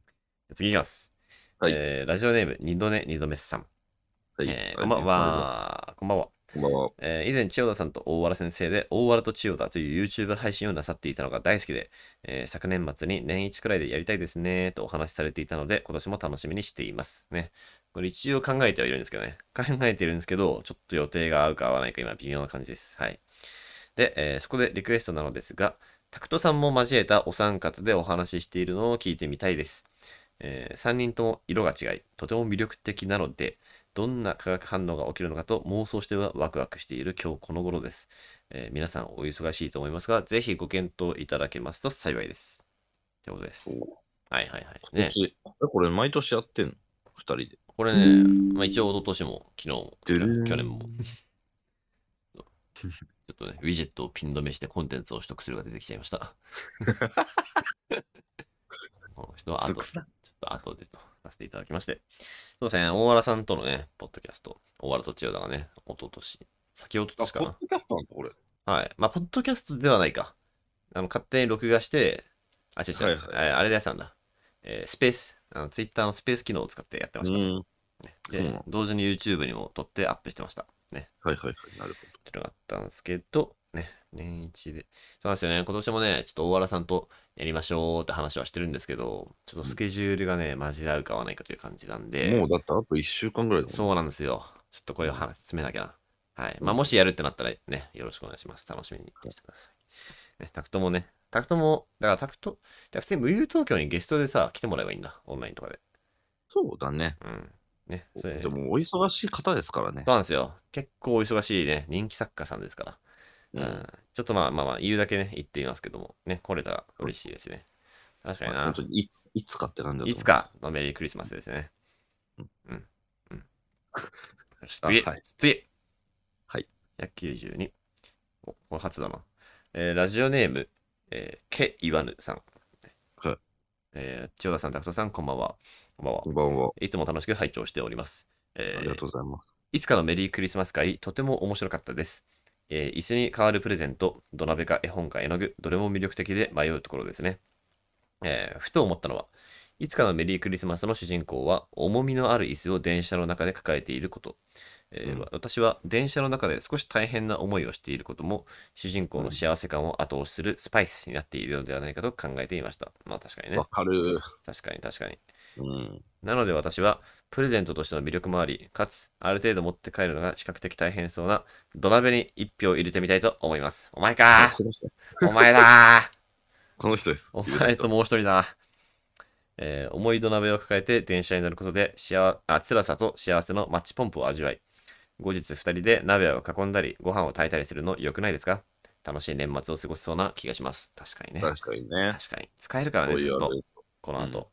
Speaker 2: 次いきます。
Speaker 1: はい
Speaker 2: えーラジオネーム、二度寝、二度目さん。
Speaker 1: はい。
Speaker 2: えーこんばん。は。こんばんは。
Speaker 1: こんばんは。
Speaker 2: えー以前、千代田さんと大原先生で、大原と千代田という YouTube 配信をなさっていたのが大好きで、えー昨年末に年一くらいでやりたいですね、とお話しされていたので、今年も楽しみにしています。ね。これ一応考えてはいるんですけどね。 考えてるんですけど、ちょっと予定が合うか合わないか今微妙な感じです。はい。で、えーそこでリクエストなのですが、タクトさんも交えたお三方でお話ししているのを聞いてみたいです。え3人とも色が違い、とても魅力的なので、どんな化学反応が起きるのかと妄想してはワクワクしている今日この頃です。えー皆さんお忙しいと思いますが、ぜひご検討いただけますと幸いです。ということです。はいはいはい。
Speaker 1: 今
Speaker 2: ね、
Speaker 1: 年、えこれ毎年やってんの二人で。
Speaker 2: これね、まあ、一応一昨年も昨日も
Speaker 1: ドゥルーン
Speaker 2: 去年も。ちょっとね、ウィジェットをピン止めしてコンテンツを取得するが出てきちゃい ました。この人は後、ちょっと後でとさせていただきまして。そうですね、大原さんとのね、ポッドキャスト、大原と千代田がね、一昨年、先一昨年かな。
Speaker 1: ドキャストなんだ、これ。
Speaker 2: はい。まあ、ポッドキャストではないか。あの、勝手に録画して、あ、違う違う、
Speaker 1: は
Speaker 2: ああれでやってたんだ。えースペース、あのツイッターのスペース機能を使ってやってま
Speaker 1: う
Speaker 2: した。
Speaker 1: ん。
Speaker 2: で
Speaker 1: そうなの
Speaker 2: 同時に YouTube にも撮ってアップしてました。ね。
Speaker 1: はいはいはい。なるほど。
Speaker 2: ってのがあったんですけど、ね。年一で。そうなんですよね。今年もね、ちょっと大原さんとやりましょうって話はしてるんですけど、ちょっとスケジュールがね、混じり合うか合わないかという感じなんで、
Speaker 1: もうだってあと1週間ぐらいだもん
Speaker 2: そうなんですよ。ちょっとこれを話進めなきゃな。はい。まあ、もしやるってなったらね、よろしくお願いします。楽しみにしてください。ね、タクトもね、タクトも、だからタクト、じゃあ普通に無友東京にゲストでさ、来てもらえばいいんだ。オンラインとかで。
Speaker 1: そうだね。
Speaker 2: うん。ね、それ
Speaker 1: でもお忙しい方ですからね
Speaker 2: そう。なんですよ。結構お忙しいね、人気作家さんですから。う
Speaker 1: うん
Speaker 2: ん。ちょっとまあまあまあ、言うだけね、言っていますけども、ね、これたら嬉しいですね。確かに
Speaker 1: まあ
Speaker 2: な
Speaker 1: 本当。にいついつかって感じだと思
Speaker 2: いつかのメリークリスマスですね。
Speaker 1: うん
Speaker 2: うん。 うん。よし
Speaker 1: あ
Speaker 2: 次、
Speaker 1: はい
Speaker 2: 次
Speaker 1: はい。
Speaker 2: 192。お、これ初だな。えーラジオネーム、えー、けいわぬさん。
Speaker 1: はい。
Speaker 2: えー千代田さん、拓人さん、こんばんは。こんばんは
Speaker 1: こ。んばんは。
Speaker 2: いつも楽しく拝聴しております。えー
Speaker 1: ありがとうございます。
Speaker 2: いつかのメリークリスマス会、とても面白かったです。えー椅子に代わるプレゼント、土鍋か絵本か絵の具、どれも魅力的で迷うところですね。えーふと思ったのは、いつかのメリークリスマスの主人公は、重みのある椅子を電車の中で抱えていること。えー
Speaker 1: うん
Speaker 2: 私は電車の中で少し大変な思いをしていることも、主人公の幸せ感を後押しするスパイスになっているのではないかと考えていました。まあ確かにね
Speaker 1: わ。かる。
Speaker 2: 確かに確かに。
Speaker 1: うん。
Speaker 2: なので私はプレゼントとしての魅力もあり、かつある程度持って帰るのが比較的大変そうな 土鍋に一票入れてみたいと思います。お前か
Speaker 1: この人
Speaker 2: ーお前だー
Speaker 1: この人です。
Speaker 2: お
Speaker 1: 言うた
Speaker 2: 前
Speaker 1: 人
Speaker 2: ともう一人だ。えー思い土鍋を抱えて電車に乗ることで幸あ辛さと幸せのマッチポンプを味わい後日二人で鍋を囲んだりご飯を炊いたりするの良くないですか楽しい年末を過ごしそうな気がします確かにね確
Speaker 1: 確かにね。
Speaker 2: かに使えるから
Speaker 1: そ
Speaker 2: ね
Speaker 1: う
Speaker 2: ずっ
Speaker 1: 言わ
Speaker 2: と
Speaker 1: れる
Speaker 2: この後、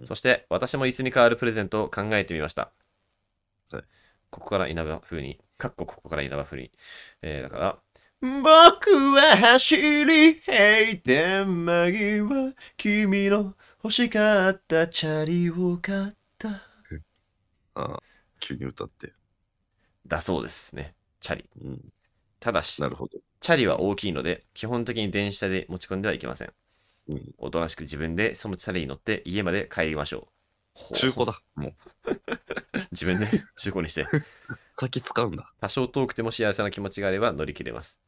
Speaker 1: うん
Speaker 2: そして私も椅子に代わるプレゼントを考えてみました、
Speaker 1: はい
Speaker 2: ここから稲葉風にかっこここから稲葉風に、えーだから僕は走り閉店間際君の欲しかったチャリを買った
Speaker 1: ああ急に歌って。
Speaker 2: だそうですねチャリ
Speaker 1: うん、
Speaker 2: ただし
Speaker 1: なるほど。
Speaker 2: チャリは大きいので基本的に電車で持ち込んではいけません
Speaker 1: うん
Speaker 2: おとなしく自分でそのチャリに乗って家まで帰りましょう
Speaker 1: 中古だ。もう、
Speaker 2: 自分で中古にして
Speaker 1: 先使うんだ。
Speaker 2: 多少遠くても幸せな気持ちがあれば乗り切れます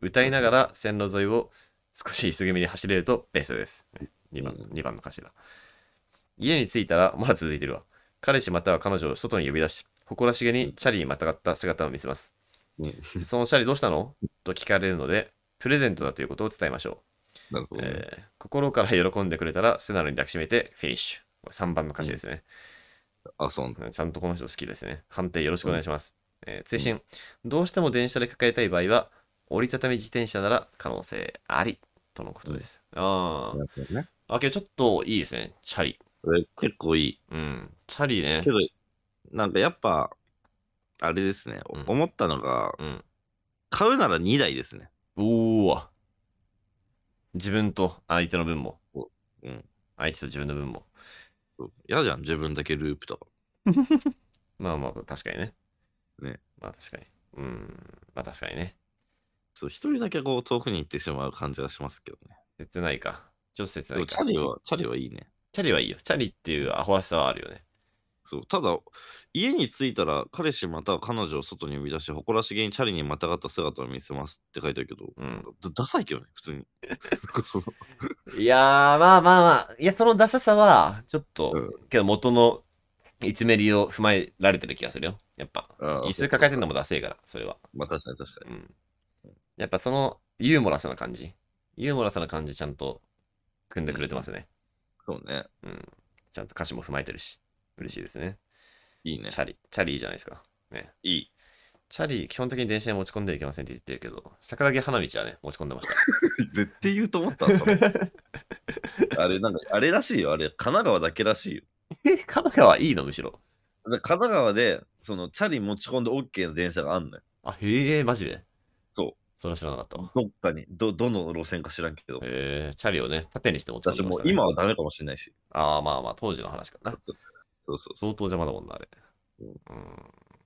Speaker 2: 歌いながら線路沿いを少し急ぎ目に走れるとベストです2番
Speaker 1: うん
Speaker 2: 二番の歌詞だ家に着いたらまだ続いてるわ彼氏または彼女を外に呼び出し誇らしげにチャリにまたがった姿を見せます
Speaker 1: うん
Speaker 2: そのチャリどうしたのと聞かれるのでプレゼントだということを伝えましょ
Speaker 1: なるほ
Speaker 2: う、
Speaker 1: ど、ね
Speaker 2: えー心から喜んでくれたら素直に抱きしめてフィニッシュ3番の歌詞ですね、
Speaker 1: あ、そうなんだ。
Speaker 2: ちゃんとこの人好きですね。判定よろしくお願いします。えー追伸、どうしても電車で抱えたい場合は、折りたたみ自転車なら可能性ありとのことです。あ
Speaker 1: なるほどね
Speaker 2: あ。あ、けどちょっといいですね。チャリ。
Speaker 1: これ結構いい。
Speaker 2: うん。チャリね
Speaker 1: け。ど、なんかやっぱ、あれですね。お
Speaker 2: うん
Speaker 1: 思ったのが、
Speaker 2: うん。
Speaker 1: 買うなら2台ですね。
Speaker 2: うわ。自分と相手の分も。
Speaker 1: うん。
Speaker 2: 相手と自分の分も。
Speaker 1: そう嫌じゃん、自分だけループとか。
Speaker 2: まあまあ、確かにね。
Speaker 1: ね。
Speaker 2: まあ確かに。うん。まあ確かにね。
Speaker 1: そう一人だけこう遠くに行ってしまう感じがしますけどね。
Speaker 2: 切ないか。ちょっと切
Speaker 1: で
Speaker 2: ない
Speaker 1: も
Speaker 2: か。
Speaker 1: チャリは、チャリはいいね。
Speaker 2: チャリはいいよ。チャリっていうアホらしさはあるよね。
Speaker 1: そうただ、家に着いたら彼氏または彼女を外に呼び出し、誇らしげにチャリにまたがった姿を見せますって書いてあるけど、
Speaker 2: うん。
Speaker 1: だダサいけどね、普 通に。なんかその
Speaker 2: いやー、まあまあまあ、いや、そのダサさは、ちょっと、
Speaker 1: うん
Speaker 2: けど元のいつめりを踏まえられてる気がするよ。やっぱ、
Speaker 1: あー
Speaker 2: 椅子抱えてるのもダセえから、それは。
Speaker 1: まあ確かに確かに。
Speaker 2: うん。やっぱそのユーモラスな感じ。ユーモラスな感じ、ちゃんと組んでくれてますね。
Speaker 1: そうね。
Speaker 2: うん。ちゃんと歌詞も踏まえてるし、嬉しいですね。
Speaker 1: いいね
Speaker 2: チ。ャリ、チャリいいじゃないですか。
Speaker 1: いい。
Speaker 2: チャリ、基本的に電車に持ち込んではいけませんって言ってるけど、桜木花道はね、持ち込んで ました。
Speaker 1: 絶対言うと思ったわそれ あれ、なんか、あれらしいよ。あれ、神奈川だけらしいよ。
Speaker 2: え、神奈川いいの、むしろ。
Speaker 1: だから神奈川で、その、チャリ持ち込んで OK の電車があんのよ。
Speaker 2: あ、へえ、マジで。
Speaker 1: そう。
Speaker 2: それは知らなかったわ。
Speaker 1: どっかに、ど、どの路線か知らんけど。
Speaker 2: えー、チャリをね、縦にして持ち込ん
Speaker 1: 私
Speaker 2: でま
Speaker 1: も
Speaker 2: し
Speaker 1: う
Speaker 2: た、ね。
Speaker 1: 今はダメかもしれないし。
Speaker 2: ああ、まあまあ、当時の話かな。
Speaker 1: そうそうそうそう。
Speaker 2: 相当邪魔だもんな、あれ。う
Speaker 1: うん
Speaker 2: ん。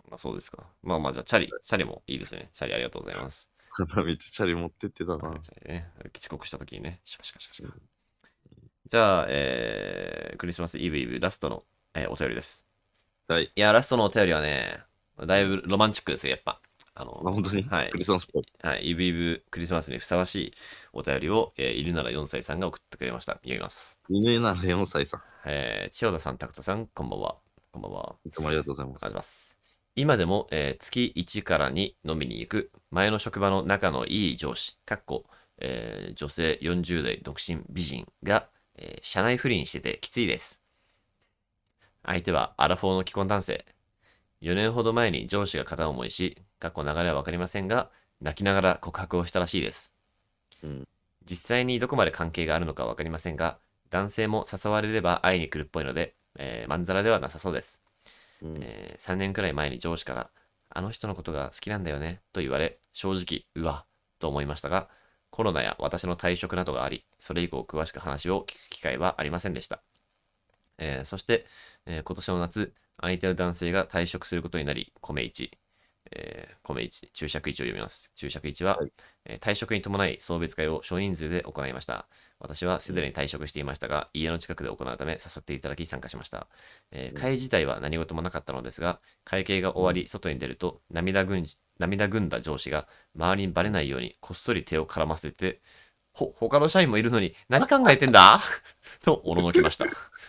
Speaker 2: まあ、そうですか。まあまあ、じゃあ、チャリ、チャリもいいですね。チャリありがとうございます。
Speaker 1: 花道チャリ持ってってたな。
Speaker 2: チャリね、遅刻した時にね、シャカシャカシャカシャカ。じゃあ、えー、クリスマスイブイブ、ラストの、えーお便りです。
Speaker 1: はい。
Speaker 2: いや、ラストのお便りはね、だいぶロマンチックですよ、やっぱ。あの、
Speaker 1: まあ本当に、
Speaker 2: はい
Speaker 1: クリスマスっぽい。
Speaker 2: はい、イブイブクリスマスにふさわしいお便りを、えーいるなら4歳さんが送ってくれました。読みます。
Speaker 1: 犬なら4歳さ
Speaker 2: えー千代田さん、拓人さん、こんばんは。こんばんは。
Speaker 1: ん。いつもありがとうございま
Speaker 2: あり
Speaker 1: す。
Speaker 2: ます。今でも、えー月1から2飲みに行く前の職場の仲のいい上司、かっこ、えー女性40代独身美人が、えー社内不倫しててきついです。相手はアラフォーの既婚男性。4年ほど前に上司が片思いし、かっこ流れはわかりませんが、泣きながら告白をしたらしいです。
Speaker 1: うん
Speaker 2: 実際にどこまで関係があるのかわかりませんが、男性も誘われれば会いに来るっぽいので、えーまんざらではなさそうです。
Speaker 1: うん
Speaker 2: えー3年くらい前に上司から、あの人のことが好きなんだよねと言われ、正直、うわ、と思いましたが、コロナや私の退職などがあり、それ以降詳しく話を聞く機会はありませんでした。えーそして、えー今年の夏、相手の男性が退職することになり、米1、えー米1、注釈1を読みます。注釈1は、
Speaker 1: はい
Speaker 2: えー退職に伴い送別会を少人数で行いました。私はすでに退職していましたが、家の近くで行うため誘っていただき参加しました。えー会自体は何事もなかったのですが、会計が終わり、外に出ると、涙ぐんじ涙ぐんだ上司が周りにバレないようにこっそり手を絡ませて、ほ、他の社員もいるのに何考えてんだ とおののきました。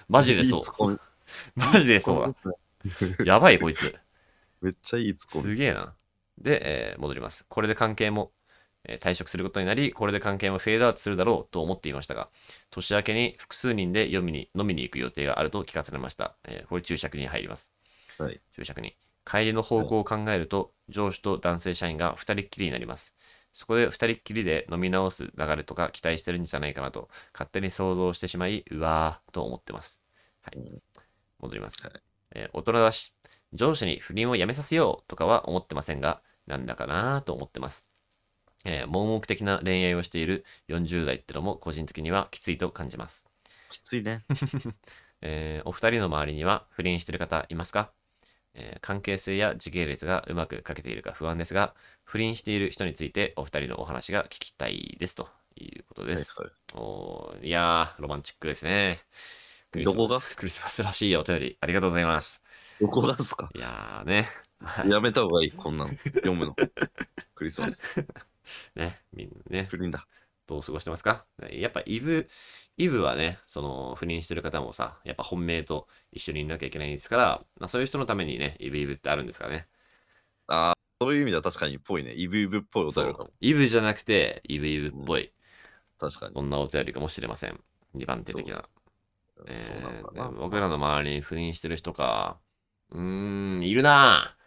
Speaker 2: マジでそ
Speaker 1: い
Speaker 2: う
Speaker 1: いツッコミ
Speaker 2: マジでそう
Speaker 1: ツッコミ
Speaker 2: だ。やばい、こいつ。
Speaker 1: めっちゃいいツッコミ。
Speaker 2: すげえな。で、えー戻ります。これで関係も、えー退職することになり、これで関係もフェードアウトするだろうと思っていましたが、年明けに複数人で読みに飲みに行く予定があると聞かされました。えーこれ注釈に入ります。
Speaker 1: はい
Speaker 2: 注釈に。帰りの方向を考えると、上司と男性社員が2人っきりになります。そこで2人っきりで飲み直す流れとか期待してるんじゃないかなと、勝手に想像してしまい、うわーと思ってます。はい。戻ります。
Speaker 1: はい
Speaker 2: えー大人だし、上司に不倫をやめさせようとかは思ってませんが、なんだかなーと思ってます。えー盲目的な恋愛をしている40代ってのも個人的にはきついと感じます。
Speaker 1: きついね。
Speaker 2: えーお二人の周りには不倫してる方いますか、えー関係性や時系列がうまく書けているか不安ですが、不倫している人についてお二人のお話が聞きたいですということです。
Speaker 1: はい
Speaker 2: おーいやー、ロマンチックですね。クリスマ
Speaker 1: どこが
Speaker 2: クリスマスらしいお便りありがとうございます。
Speaker 1: どこがっすか
Speaker 2: いやーね、はい
Speaker 1: やめた方がいい、こんなの。読むの。 クリスマス。
Speaker 2: ね、みんなね
Speaker 1: 不、倫だ。
Speaker 2: どう過ごしてますかやっぱイブ、イブはね、その不倫してる方もさ、やっぱ本命と一緒にいなきゃいけないんですから、まあ、そういう人のためにね、イブイブってあるんですかね。
Speaker 1: ああ、そういう意味では確かにっぽいね。イブイブっぽいお
Speaker 2: そ
Speaker 1: 便りかも
Speaker 2: う。イブじゃなくて、イブイブっぽい、
Speaker 1: 確かに。
Speaker 2: そんなお便りかもしれません。2番手
Speaker 1: そう
Speaker 2: 的な。
Speaker 1: っすそうなのか
Speaker 2: えー
Speaker 1: な。
Speaker 2: ね僕らの周りに不倫してる人か。うーん、いるな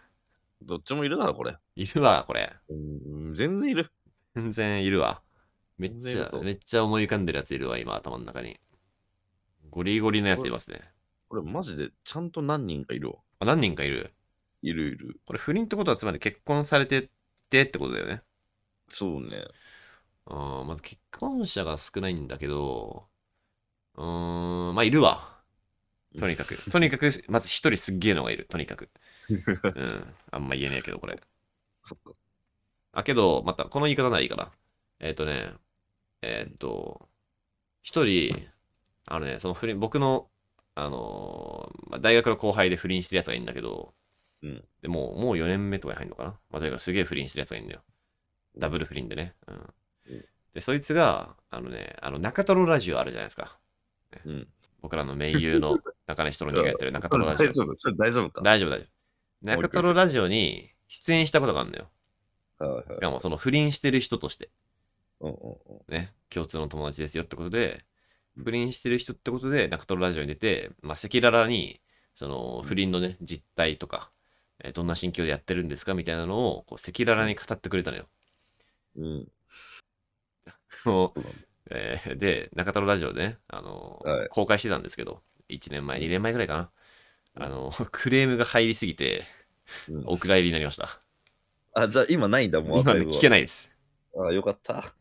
Speaker 1: どっちもいるな、これ。
Speaker 2: いるわ、これ。
Speaker 1: うん、全然いる。
Speaker 2: 全然いるわ。めっ
Speaker 1: 全然い
Speaker 2: ち
Speaker 1: る
Speaker 2: ゃ
Speaker 1: ぞ、
Speaker 2: めっちゃ思い浮かんでるやついるわ、今、頭の中に。ゴリゴリのやついますね。
Speaker 1: これマジでちゃんと何人かいるわ。
Speaker 2: あ何人かいる。
Speaker 1: いるいる。
Speaker 2: これ不倫ってことはつまり結婚されててってことだよね。
Speaker 1: そうね。
Speaker 2: うん、まず結婚者が少ないんだけど、うーん、まあいるわ。とにかく。とにかく、まず一人すっげえのがいる。とにかく。 うん。あんま言えねえけど、これ。
Speaker 1: そっか。
Speaker 2: あ、けど、また、この言い方ならいいかな。えっ、とね、えっ、と、一人、あのね、その不倫、僕の、あのーまあ、大学の後輩で不倫してるやつがいるんだけど、
Speaker 1: うん
Speaker 2: でもう、もう4年目とかに入るのかな。まあ、とにかくすげえ不倫してるやつがいるんだよ。ダブル不倫でね。うん
Speaker 1: うん。
Speaker 2: で、そいつが、あのね、あの、中トロラジオあるじゃないですか。
Speaker 1: うん。
Speaker 2: 僕らの盟友の中西トロニーがやってる中 ト
Speaker 1: そ
Speaker 2: ロ
Speaker 1: れ
Speaker 2: ラジオ
Speaker 1: 大。丈夫それ大丈夫か。
Speaker 2: 大丈夫、大丈夫。中トロラジオに出演したことがあるのよ。
Speaker 1: はいはい
Speaker 2: しかも、その不倫してる人として、
Speaker 1: うんうんうん
Speaker 2: ね、共通の友達ですよってことで、不倫してる人ってことで、中トロラジオに出て、まあ、赤裸々に、その、不倫のね、実態とか、えーどんな心境でやってるんですかみたいなのを、こう、赤裸々に語ってくれたのよ。
Speaker 1: うん。
Speaker 2: も
Speaker 1: そ
Speaker 2: う
Speaker 1: うなんだ
Speaker 2: えーで、中トロラジオでね、あの、
Speaker 1: はい
Speaker 2: 公開してたんですけど、1年前、2年前ぐらいかな。あの、 クレームが入りすぎて、
Speaker 1: うん
Speaker 2: お蔵入りになりました。
Speaker 1: あ、じゃあ今ないんだ、もう。
Speaker 2: 今ね、聞
Speaker 1: な
Speaker 2: け
Speaker 1: い。
Speaker 2: ないです。
Speaker 1: あ、よかった。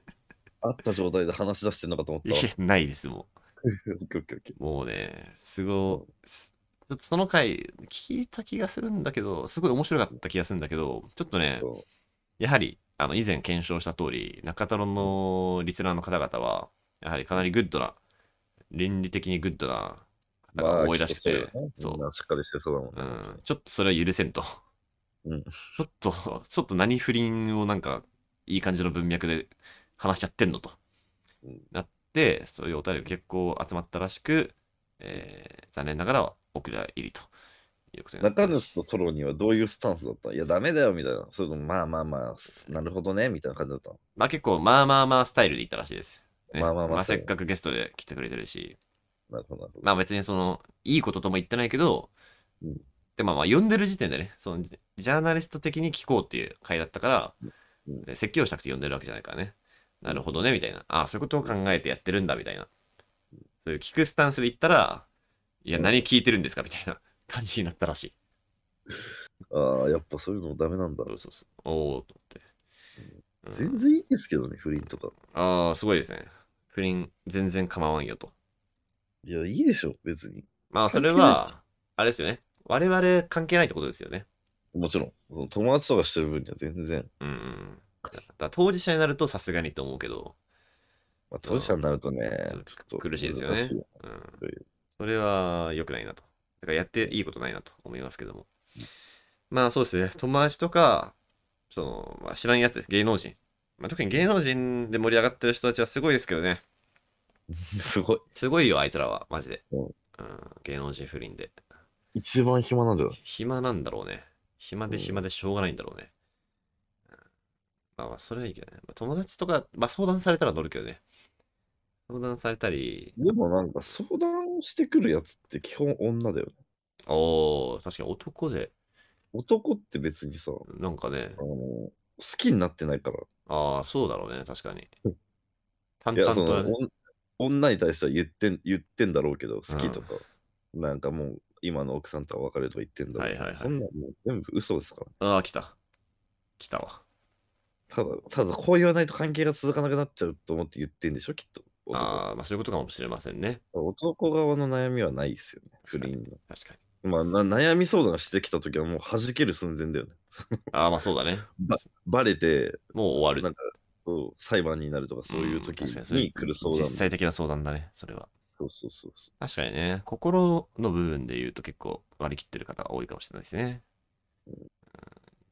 Speaker 1: あった状態で話し出してんのかと思った
Speaker 2: いや
Speaker 1: わ。
Speaker 2: ないです、も
Speaker 1: オッケーオッケーオッケー
Speaker 2: う。もうね、すごい、すちょっとその回、聞いた気がするんだけど、すごい面白かった気がするんだけど、ちょっとね、
Speaker 1: そ
Speaker 2: やはり、あの、以前検証した通り、中太郎のリスナーの方々は、やはりかなりグッドな、倫理的にグッドな
Speaker 1: う
Speaker 2: 方が多いらしくて、
Speaker 1: きっとそうだよね
Speaker 2: そう
Speaker 1: みんなしっかりしてそうだもんね。
Speaker 2: うん、ちょっとそれは許せんと。
Speaker 1: うん
Speaker 2: ちょっと、ちょっと何不倫をなんか、いい感じの文脈で話しちゃってんのと。
Speaker 1: うん
Speaker 2: なって、そういうお便りが結構集まったらしく、えー残念ながら、奥田入りということになった
Speaker 1: 中
Speaker 2: ら
Speaker 1: 主
Speaker 2: しい
Speaker 1: とトロにはどういうスタンスだったいや、ダメだよみたいな。それとも、まあまあまあ、なるほどねみたいな感じだったの。
Speaker 2: まあ結構、まあまあまあスタイルで行ったらしいです。ね
Speaker 1: まあまあまあスタ
Speaker 2: せ
Speaker 1: イル
Speaker 2: っかくゲストで来てくれてるし、
Speaker 1: なるほど、なるほど。
Speaker 2: まあ別にその、いいこととも言ってないけど、
Speaker 1: うん
Speaker 2: でまあまあ読んでる時点でね、そのジジャーナリスト的に聞こうっていう回だったから、
Speaker 1: うん
Speaker 2: で説教したくて読んでるわけじゃないからね。なるほどね、みたいな。ああ、そういうことを考えてやってるんだ、みたいな。そういう聞くスタンスで言ったら、いや、何聞いてるんですかみたいな 感じになったらしい。
Speaker 1: ああ、やっぱそういうのもダメなんだ
Speaker 2: そ。うそうそう。おおと思って。うん
Speaker 1: 全然いいですけどね、不倫とか。
Speaker 2: ああ、すごいですね。不倫、全然構わんよと。
Speaker 1: いや、いいでしょ、別に。
Speaker 2: まあ、それ
Speaker 1: 関係ないで
Speaker 2: は、あれですよね。我々関係ないってことですよね。
Speaker 1: もちろん、その友達とかしてる分には全然。
Speaker 2: うんうん。だだから当事者になるとさすがにと思うけど、
Speaker 1: まあ、当事者になるとね、
Speaker 2: ちょっと
Speaker 1: ちょっと
Speaker 2: 苦しいですよね
Speaker 1: 難しいよ
Speaker 2: うん、それは良くないなと。だからやっていいことないなと思いますけども。まあそうですね、友達とか、その、まあ、知らんやつ、芸能人。まあ、特に芸能人で盛り上がってる人たちはすごいですけどね。
Speaker 1: すごい。
Speaker 2: すごいよ、あいつらは、マジで。
Speaker 1: うん
Speaker 2: うん、芸能人不倫で。
Speaker 1: 一番暇なんじゃない
Speaker 2: 暇なんだろうね。暇で暇でしょうがないんだろうね。まあまあ、それはいいけどね。まあ友達とか、まあ相談されたら乗るけどね。相談されたり、
Speaker 1: でもなんか相談してくるやつって基本女だよね。
Speaker 2: おー、確かに男で、
Speaker 1: 男って別にさ、あ
Speaker 2: なんかね、
Speaker 1: の好きになってないから。
Speaker 2: ああ、そうだろうね、確かに
Speaker 1: う。
Speaker 2: 淡
Speaker 1: いや、
Speaker 2: 々
Speaker 1: その、
Speaker 2: とね、
Speaker 1: おん女に対しては言ってん言ってんだろうけど、好きとか、なんかもう今の奥さんとは別れるとか言ってんだろうけど、
Speaker 2: はいはいはい
Speaker 1: そんなもう全部嘘ですから。
Speaker 2: ああ、来た。来たわ。
Speaker 1: ただ、ただこう言わないと関係が続かなくなっちゃうと思って言ってんでしょ、きっと。男
Speaker 2: ああ、まあそういうことかもしれませんね。
Speaker 1: 男側の悩みはないですよね、不
Speaker 2: 確か
Speaker 1: 倫
Speaker 2: に
Speaker 1: の。
Speaker 2: 確かに。
Speaker 1: まあ、な悩み相談してきたときはもう弾ける寸前だよね。
Speaker 2: ああ、まあそうだね。
Speaker 1: バレて、
Speaker 2: もう終わる。
Speaker 1: なんかそう裁判になるとかそういうん時
Speaker 2: 確かそれ
Speaker 1: に来る相談、
Speaker 2: 実際的な相談だね、それは。
Speaker 1: そうそうそうそ
Speaker 2: 確かにね、心の部分で言うと結構割り切ってる方が多いかもしれないですね。うん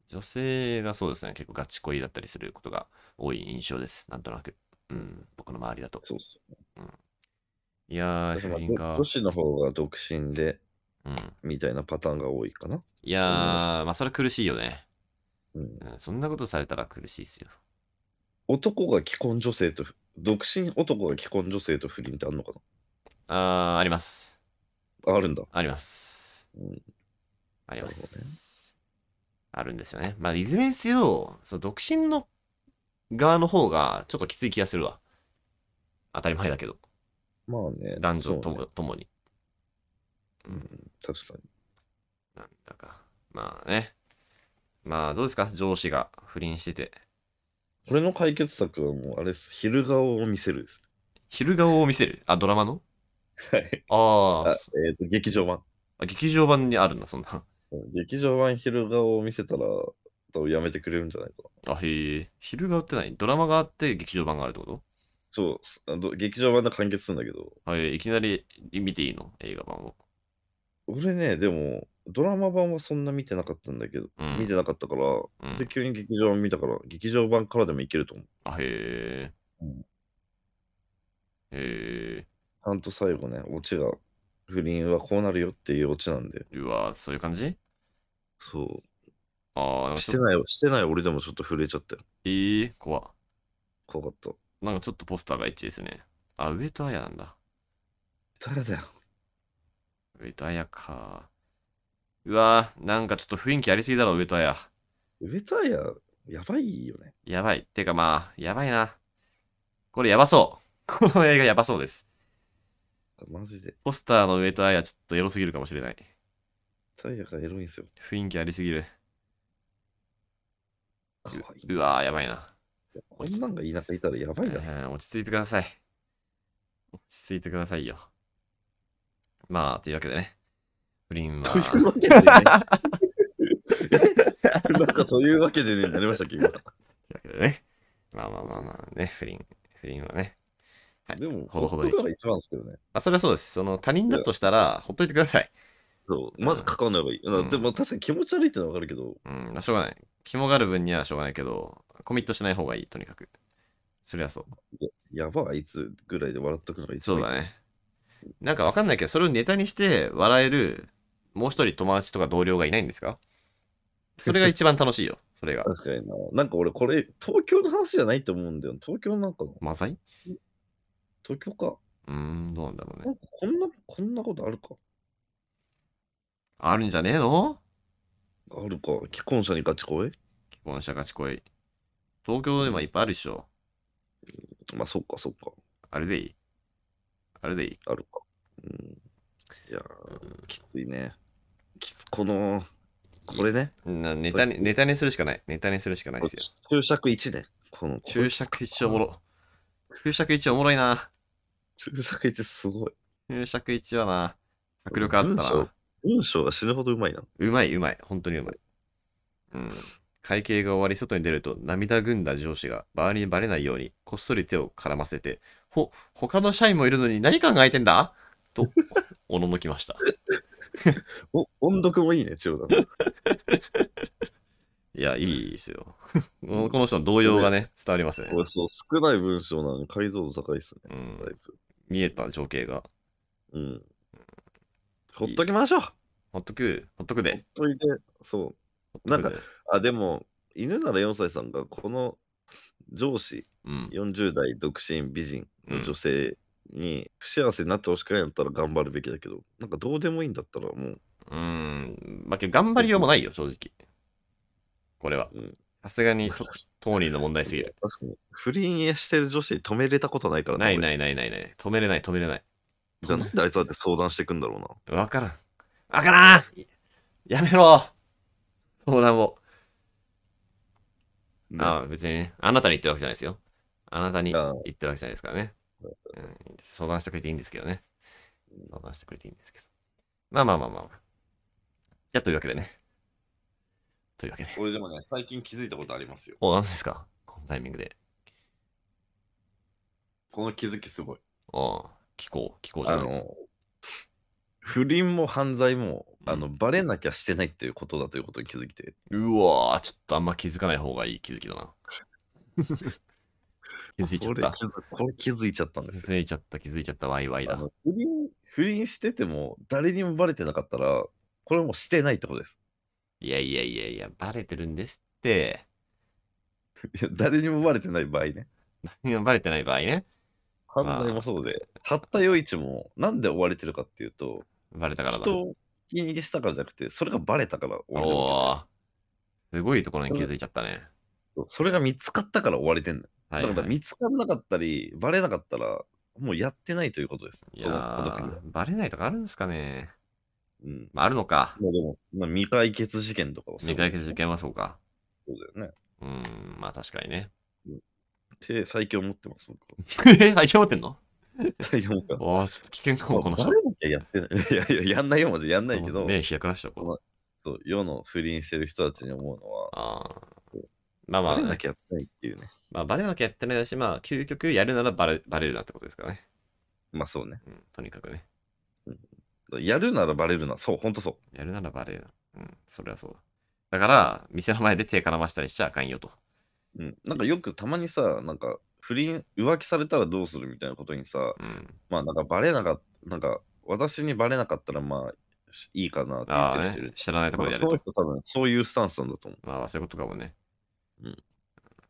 Speaker 2: 女性がそうですね、結構ガチ恋だったりすることが多い印象です、なんとなく。うん、僕の周りだと
Speaker 1: う。。そうそう
Speaker 2: いやー、
Speaker 1: だからま
Speaker 2: 不倫
Speaker 1: あ
Speaker 2: か
Speaker 1: 女。女子の方が独身で
Speaker 2: うん、
Speaker 1: みたいなパターンが多いかな。
Speaker 2: いやー、まあそれ苦しいよね。
Speaker 1: うん、
Speaker 2: うん、そんなことされたら苦しいですよ。
Speaker 1: 男が既婚女性と、独身男が既婚女性と不倫ってあるのか
Speaker 2: あー、あります。
Speaker 1: なあるんだ。
Speaker 2: あります。
Speaker 1: うん
Speaker 2: ありま
Speaker 1: なるほどね
Speaker 2: す。あるんですよね。まあ、いずれにせよ、その独身の側の方がちょっときつい気がするわ。当たり前だけど、
Speaker 1: まあね。
Speaker 2: 男女と
Speaker 1: そう
Speaker 2: も,、
Speaker 1: ね
Speaker 2: ともに。
Speaker 1: うん確かに。
Speaker 2: なんだか。まあね。まあ、どうですか上司が不倫してて。
Speaker 1: これの解決策はもうあれです。昼顔を見せるです。
Speaker 2: 昼顔を見せる。あ、ドラマの
Speaker 1: はい。
Speaker 2: あ
Speaker 1: あ
Speaker 2: ー
Speaker 1: えっ、と、劇場版。
Speaker 2: あ、劇場版にあるんだ、そんな。
Speaker 1: うん劇場版昼顔を見せたら、多分やめてくれるんじゃないかな。
Speaker 2: あ、へえ。昼顔って何ドラマがあって劇場版があるってこと
Speaker 1: そうすあの、劇場版で完結するんだけど、
Speaker 2: はい、いきなり見ていいの映画版を。
Speaker 1: 俺ね、でも、ドラマ版はそんな見てなかったんだけど、
Speaker 2: うん
Speaker 1: 見てなかったから、
Speaker 2: う
Speaker 1: で、
Speaker 2: ん、
Speaker 1: 急に劇場版見たから、劇場版からでもいけると思う。
Speaker 2: あ、へえ。
Speaker 1: うん
Speaker 2: へえ。
Speaker 1: ちゃんと最後ね、オチが、不倫はこうなるよっていうオチなんで、
Speaker 2: うわ、そういう感じ
Speaker 1: そ
Speaker 2: ああ、なん
Speaker 1: う。
Speaker 2: か
Speaker 1: し
Speaker 2: ち
Speaker 1: て
Speaker 2: ょっと、
Speaker 1: ない、してない俺でもちょっと震えちゃったよ。
Speaker 2: えー、怖っ
Speaker 1: 怖かった。
Speaker 2: なんかちょっとポスターが一致ですね。あ、上戸彩なんだ。
Speaker 1: 誰だよ。
Speaker 2: 上戸彩か。うわ、なんかちょっと雰囲気ありすぎだろ、上戸彩。
Speaker 1: 上田彩、やばいよね。
Speaker 2: やばい。てかまあ、やばいな。これやばそう。この映画やばそうです。
Speaker 1: マジで。
Speaker 2: ポスターの上戸彩ちょっとエロすぎるかもしれない。
Speaker 1: 太陽がエロいんですよ。
Speaker 2: 雰囲気ありすぎる。
Speaker 1: かわいい。
Speaker 2: うわやばいな。
Speaker 1: こんなんが田舎いたらやばいな。
Speaker 2: うん落ち着いてください。落ち着いてくださいよ。まあ、というわけでね。不倫
Speaker 1: というわけでね。
Speaker 2: は。
Speaker 1: なんかというわけでね、なりましたっけ、今。
Speaker 2: というわけでね。 まあまあまあまあね、不倫。不倫はね。はい
Speaker 1: でも、
Speaker 2: ほどほどに
Speaker 1: ほっとくのが一番ですけどね。
Speaker 2: まあ、それはそうです。その他人だとしたら、ほっといてください。
Speaker 1: そう、まず関わんない方がいい。
Speaker 2: うん
Speaker 1: でも確かに気持ち悪いってのはわかるけど、
Speaker 2: うん、まあ、しょうがない。肝がある分にはしょうがないけど、コミットしない方がいい、とにかく。そりゃそう。
Speaker 1: やばあいつぐらいで笑っとくのが一
Speaker 2: そ
Speaker 1: 番
Speaker 2: う
Speaker 1: いい。
Speaker 2: だね。なんかわかんないけど、それをネタにして笑える、もう一人友達とか同僚がいないんですかそれが一番楽しいよ、それが。
Speaker 1: 確かにな。なんか俺、これ、東京の話じゃないと思うんだよ。東京なんか、
Speaker 2: マザイ
Speaker 1: 東京か。
Speaker 2: うーん、どうなんだろう
Speaker 1: な
Speaker 2: ね。
Speaker 1: んかこんな、こんなことあるか。
Speaker 2: あるんじゃねえの
Speaker 1: あるか。既婚者にガチ恋
Speaker 2: 既婚者ガチ恋。東京でもいっぱいあるでしょ。
Speaker 1: まあ、そっか、そっか。
Speaker 2: あれでいいあれでいい
Speaker 1: あるか。うん。いやー、きついね。きつ、この、これね。
Speaker 2: なネタに、ネタにするしかない。ネタにするしかないですよ。
Speaker 1: 注釈1ね。この、
Speaker 2: 注釈一おもろ。注釈一おもろいな。
Speaker 1: 注釈1すごい。
Speaker 2: 注釈一はな、迫力あった
Speaker 1: 文章
Speaker 2: な。
Speaker 1: 文章が死ぬほどうまいな。
Speaker 2: うまいうまい。本当にうまい。うん。会計が終わり外に出ると涙ぐんだ上司が周りにバレないようにこっそり手を絡ませて、ほ、他の社員もいるのに何考えてんだと、おののきました。
Speaker 1: お、音読もいいね、千代田。
Speaker 2: いや、いいですよ。 この人の動揺がね、伝わりますね。
Speaker 1: これそう、少ない文章なのに解像度高いっすね、
Speaker 2: う
Speaker 1: だい
Speaker 2: ん、
Speaker 1: ぶ。
Speaker 2: 見えた情景が。
Speaker 1: うん。ほっときましょう。
Speaker 2: ほっとく、ほっと
Speaker 1: ほっ
Speaker 2: くで。
Speaker 1: といて、そう。
Speaker 2: ほっとくで
Speaker 1: なんか、あ、でも、犬なら4歳さんがこの上司、
Speaker 2: うん。
Speaker 1: 40代独身美人の女性に不幸せになってほしくないんだったら頑張るべきだけど、なんかどうでもいいんだったらもう、
Speaker 2: うん。まあ、けど頑張りようもないよ、正直。これは
Speaker 1: うん。
Speaker 2: さすがにト、トーニーの問題すぎる。
Speaker 1: 確かに不倫してる女子に止めれたことないから
Speaker 2: ない
Speaker 1: い。
Speaker 2: ないないないない。止めれない、止めれない。
Speaker 1: 俺じゃあなんであいつだって相談してくんだろうな。
Speaker 2: わからん。わからんやめろ相談を。ああ、別にね、あなたに言ってるわけじゃないですよ。あなたに
Speaker 1: ああ
Speaker 2: 言ってるわけじゃないですからね。うん、相談してくれていいんですけどね。相談してくれていいんですけど。まあまあまあまあまあ。じゃあ、というわけでね。というわけで。
Speaker 1: 俺でもね、最近気づいたことありますよ。
Speaker 2: お、何ですかこのタイミングで。
Speaker 1: この気づきすごい。
Speaker 2: おう聞こう、聞こうじ
Speaker 1: あ
Speaker 2: ゃない。
Speaker 1: の、不倫も犯罪も、
Speaker 2: うん
Speaker 1: あの、バレなきゃしてないっていうことだということに気づいて、
Speaker 2: うわーちょっとあんま気づかない方がいい気づきだ な。気づいちゃっ
Speaker 1: 俺
Speaker 2: た。
Speaker 1: 気づこれ気づいちゃったん
Speaker 2: 気
Speaker 1: ですよ。
Speaker 2: づいちゃった、気づいちゃった、ワイワイ
Speaker 1: あ
Speaker 2: だ。
Speaker 1: の不倫、不倫してても、誰にもバレてなかったら、これもうしてないってことです。
Speaker 2: いやいやいやいや、バレてるんですって。
Speaker 1: いや誰にもバレてない場合ね。
Speaker 2: いやバレてない場合ね。
Speaker 1: 犯罪もそうで、たった余市も、なんで追われてるかっていうと、
Speaker 2: バレたからだ。
Speaker 1: 人をひき逃げしたからじゃなくて、それがバレたから追われてるわ
Speaker 2: おーすごいところに気づいちゃったね。
Speaker 1: けそうそれが見つかったから追われてんのよ。
Speaker 2: は
Speaker 1: だか
Speaker 2: い、は
Speaker 1: ら
Speaker 2: い。
Speaker 1: 見つからなかったり、バレなかったら、もうやってないということです。
Speaker 2: いや
Speaker 1: このこの国
Speaker 2: ー
Speaker 1: は、
Speaker 2: バレないとかあるんですかね。
Speaker 1: うん。
Speaker 2: まあ、あるのか。
Speaker 1: まあでも、まあ、未解決事件とかはそう
Speaker 2: 未解決事件はそうか。
Speaker 1: そうだよね。
Speaker 2: うーん、まあ確か にね。
Speaker 1: って最近思ってます。僕は
Speaker 2: え、最近思ってんの
Speaker 1: 最近思ってます。
Speaker 2: わあ、ちょっと危険か
Speaker 1: まあ
Speaker 2: も、この
Speaker 1: バ
Speaker 2: 人。
Speaker 1: レなきゃやってない。いやいや、やんないよまでやんないけど、
Speaker 2: 目開かなしちゃうこう。
Speaker 1: そう世の不倫してる人たちに思うのは、
Speaker 2: あーまあま
Speaker 1: バ
Speaker 2: あ、
Speaker 1: レな
Speaker 2: ね、
Speaker 1: きゃやってないっていうね。
Speaker 2: まあ、バレなきゃやってないし、まあ、究極やるならバレバレるなってことですからね。
Speaker 1: まあそうね。
Speaker 2: うん、とにかくね。
Speaker 1: やるならバレるな。そう、ほんとそ
Speaker 2: やるならバレるな。うん、それはそうだ。だから、店の前で手絡ましたりしちゃあかんよと。
Speaker 1: う。うん。なんかよくたまにさ、なんか不倫、浮気されたらどうするみたいなことにさ、
Speaker 2: うん。
Speaker 1: まあなんかバレなかった、なんか私にバレなかったらまあしいいかなって言
Speaker 2: あ
Speaker 1: ってる人
Speaker 2: あ
Speaker 1: い
Speaker 2: ね
Speaker 1: る、
Speaker 2: 知らないところで
Speaker 1: まあ
Speaker 2: やる
Speaker 1: その人
Speaker 2: と。
Speaker 1: 多分そういうスタンスなんだと思
Speaker 2: まあ、そういうことかもね。
Speaker 1: うん。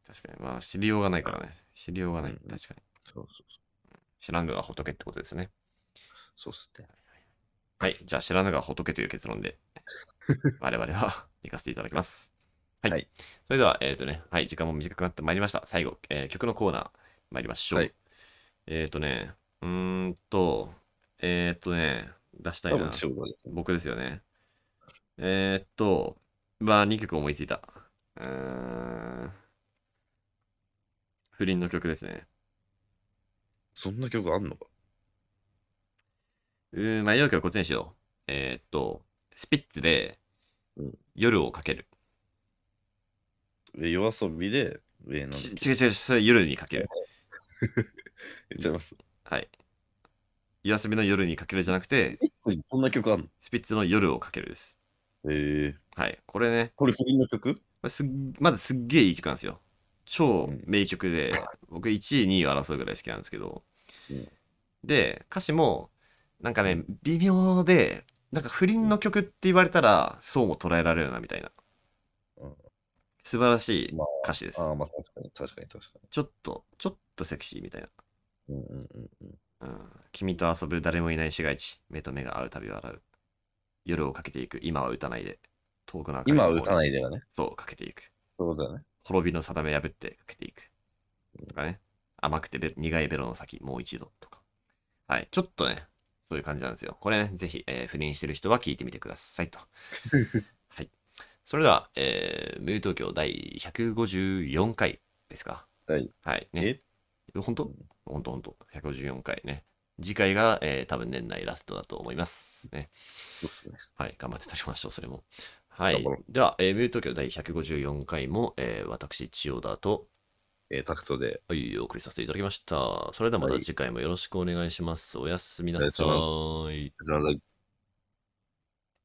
Speaker 2: 確かに。まあ、知りようがないからね。知りようがない。
Speaker 1: うん
Speaker 2: 確かに。
Speaker 1: う。そうそう
Speaker 2: 知らぬが仏ってことですね。
Speaker 1: そう。そうっすね。
Speaker 2: はい。じゃあ、知らぬが仏という結論 で、我々は 行かせていただきます。はい。
Speaker 1: はい
Speaker 2: それでは、えっ、とね、はい、時間も短くなってまいりました。最後、えー曲のコーナー参りましょう。
Speaker 1: はい
Speaker 2: えっ、とね、うーんと、えっ、とね、出した
Speaker 1: 多
Speaker 2: いな
Speaker 1: 分。ちょうどですね。
Speaker 2: 僕ですよね。えー、っと、まあ、2曲思いついた。うーん。不倫の曲ですね。
Speaker 1: そんな曲あんのか
Speaker 2: うーん、迷う曲はこっちにしよう。えー、っと、スピッツで
Speaker 1: うん、
Speaker 2: 夜をかける。
Speaker 1: え夜遊びで、えなんだっ
Speaker 2: ち
Speaker 1: け
Speaker 2: 違う違う、それ夜にかける。
Speaker 1: 言っちゃいます。
Speaker 2: はい。夜遊びの夜にかけるじゃなくて、
Speaker 1: そんな曲あんの
Speaker 2: スピッツの夜をかけるです。
Speaker 1: えー、
Speaker 2: はい。これね、
Speaker 1: これ不倫の曲
Speaker 2: これすっまずすっげえいい曲なんですよ。超
Speaker 1: うん
Speaker 2: 名曲で、僕1位、2位を争うぐらい好きなんですけど。
Speaker 1: うん
Speaker 2: で、歌詞も、なんかね、微妙で、なんか不倫の曲って言われたら、そうも捉えられるな、みたいな
Speaker 1: うん。
Speaker 2: 素晴らしい
Speaker 1: まあ
Speaker 2: 歌詞です。
Speaker 1: ああ、まあ確かに、確かに、確か
Speaker 2: ちょっと、ちょっとセクシーみたいな。
Speaker 1: に。うんうんうんうん。
Speaker 2: うん、君と遊ぶ誰もいない市街地、目と目が合う旅は笑う。夜をかけていく、今は打たないで。遠くの明かりの
Speaker 1: 今は
Speaker 2: 方に
Speaker 1: 打たないでがね。
Speaker 2: そう、かけていく。
Speaker 1: そうだよね。
Speaker 2: 滅びの定め破ってかけていく。とかね。甘くてべ苦いベロの先、もう一度とか。はい。ちょっとね、そういう感じなんですよ。これね、ぜひ、えー不倫してる人は聞いてみてくださ いと。はい。それでは、えー、無友東京第154回ですか。
Speaker 1: はい。
Speaker 2: はい。ね。本当本当本当154回ね。次回が、えー多分年内ラストだと思います。ね。
Speaker 1: そうっすね。
Speaker 2: はい、頑張って撮りましょう、それも。はい
Speaker 1: 頑張ろ。
Speaker 2: では、えー、ミュート東京第154回も、えー私、千代田と、
Speaker 1: えー、タクトで、
Speaker 2: はい、お送りさせていただきました。それではまた
Speaker 1: はい
Speaker 2: 次回もよろしくお願いします。おやすみなさ
Speaker 1: お願い
Speaker 2: い。
Speaker 1: じゃあ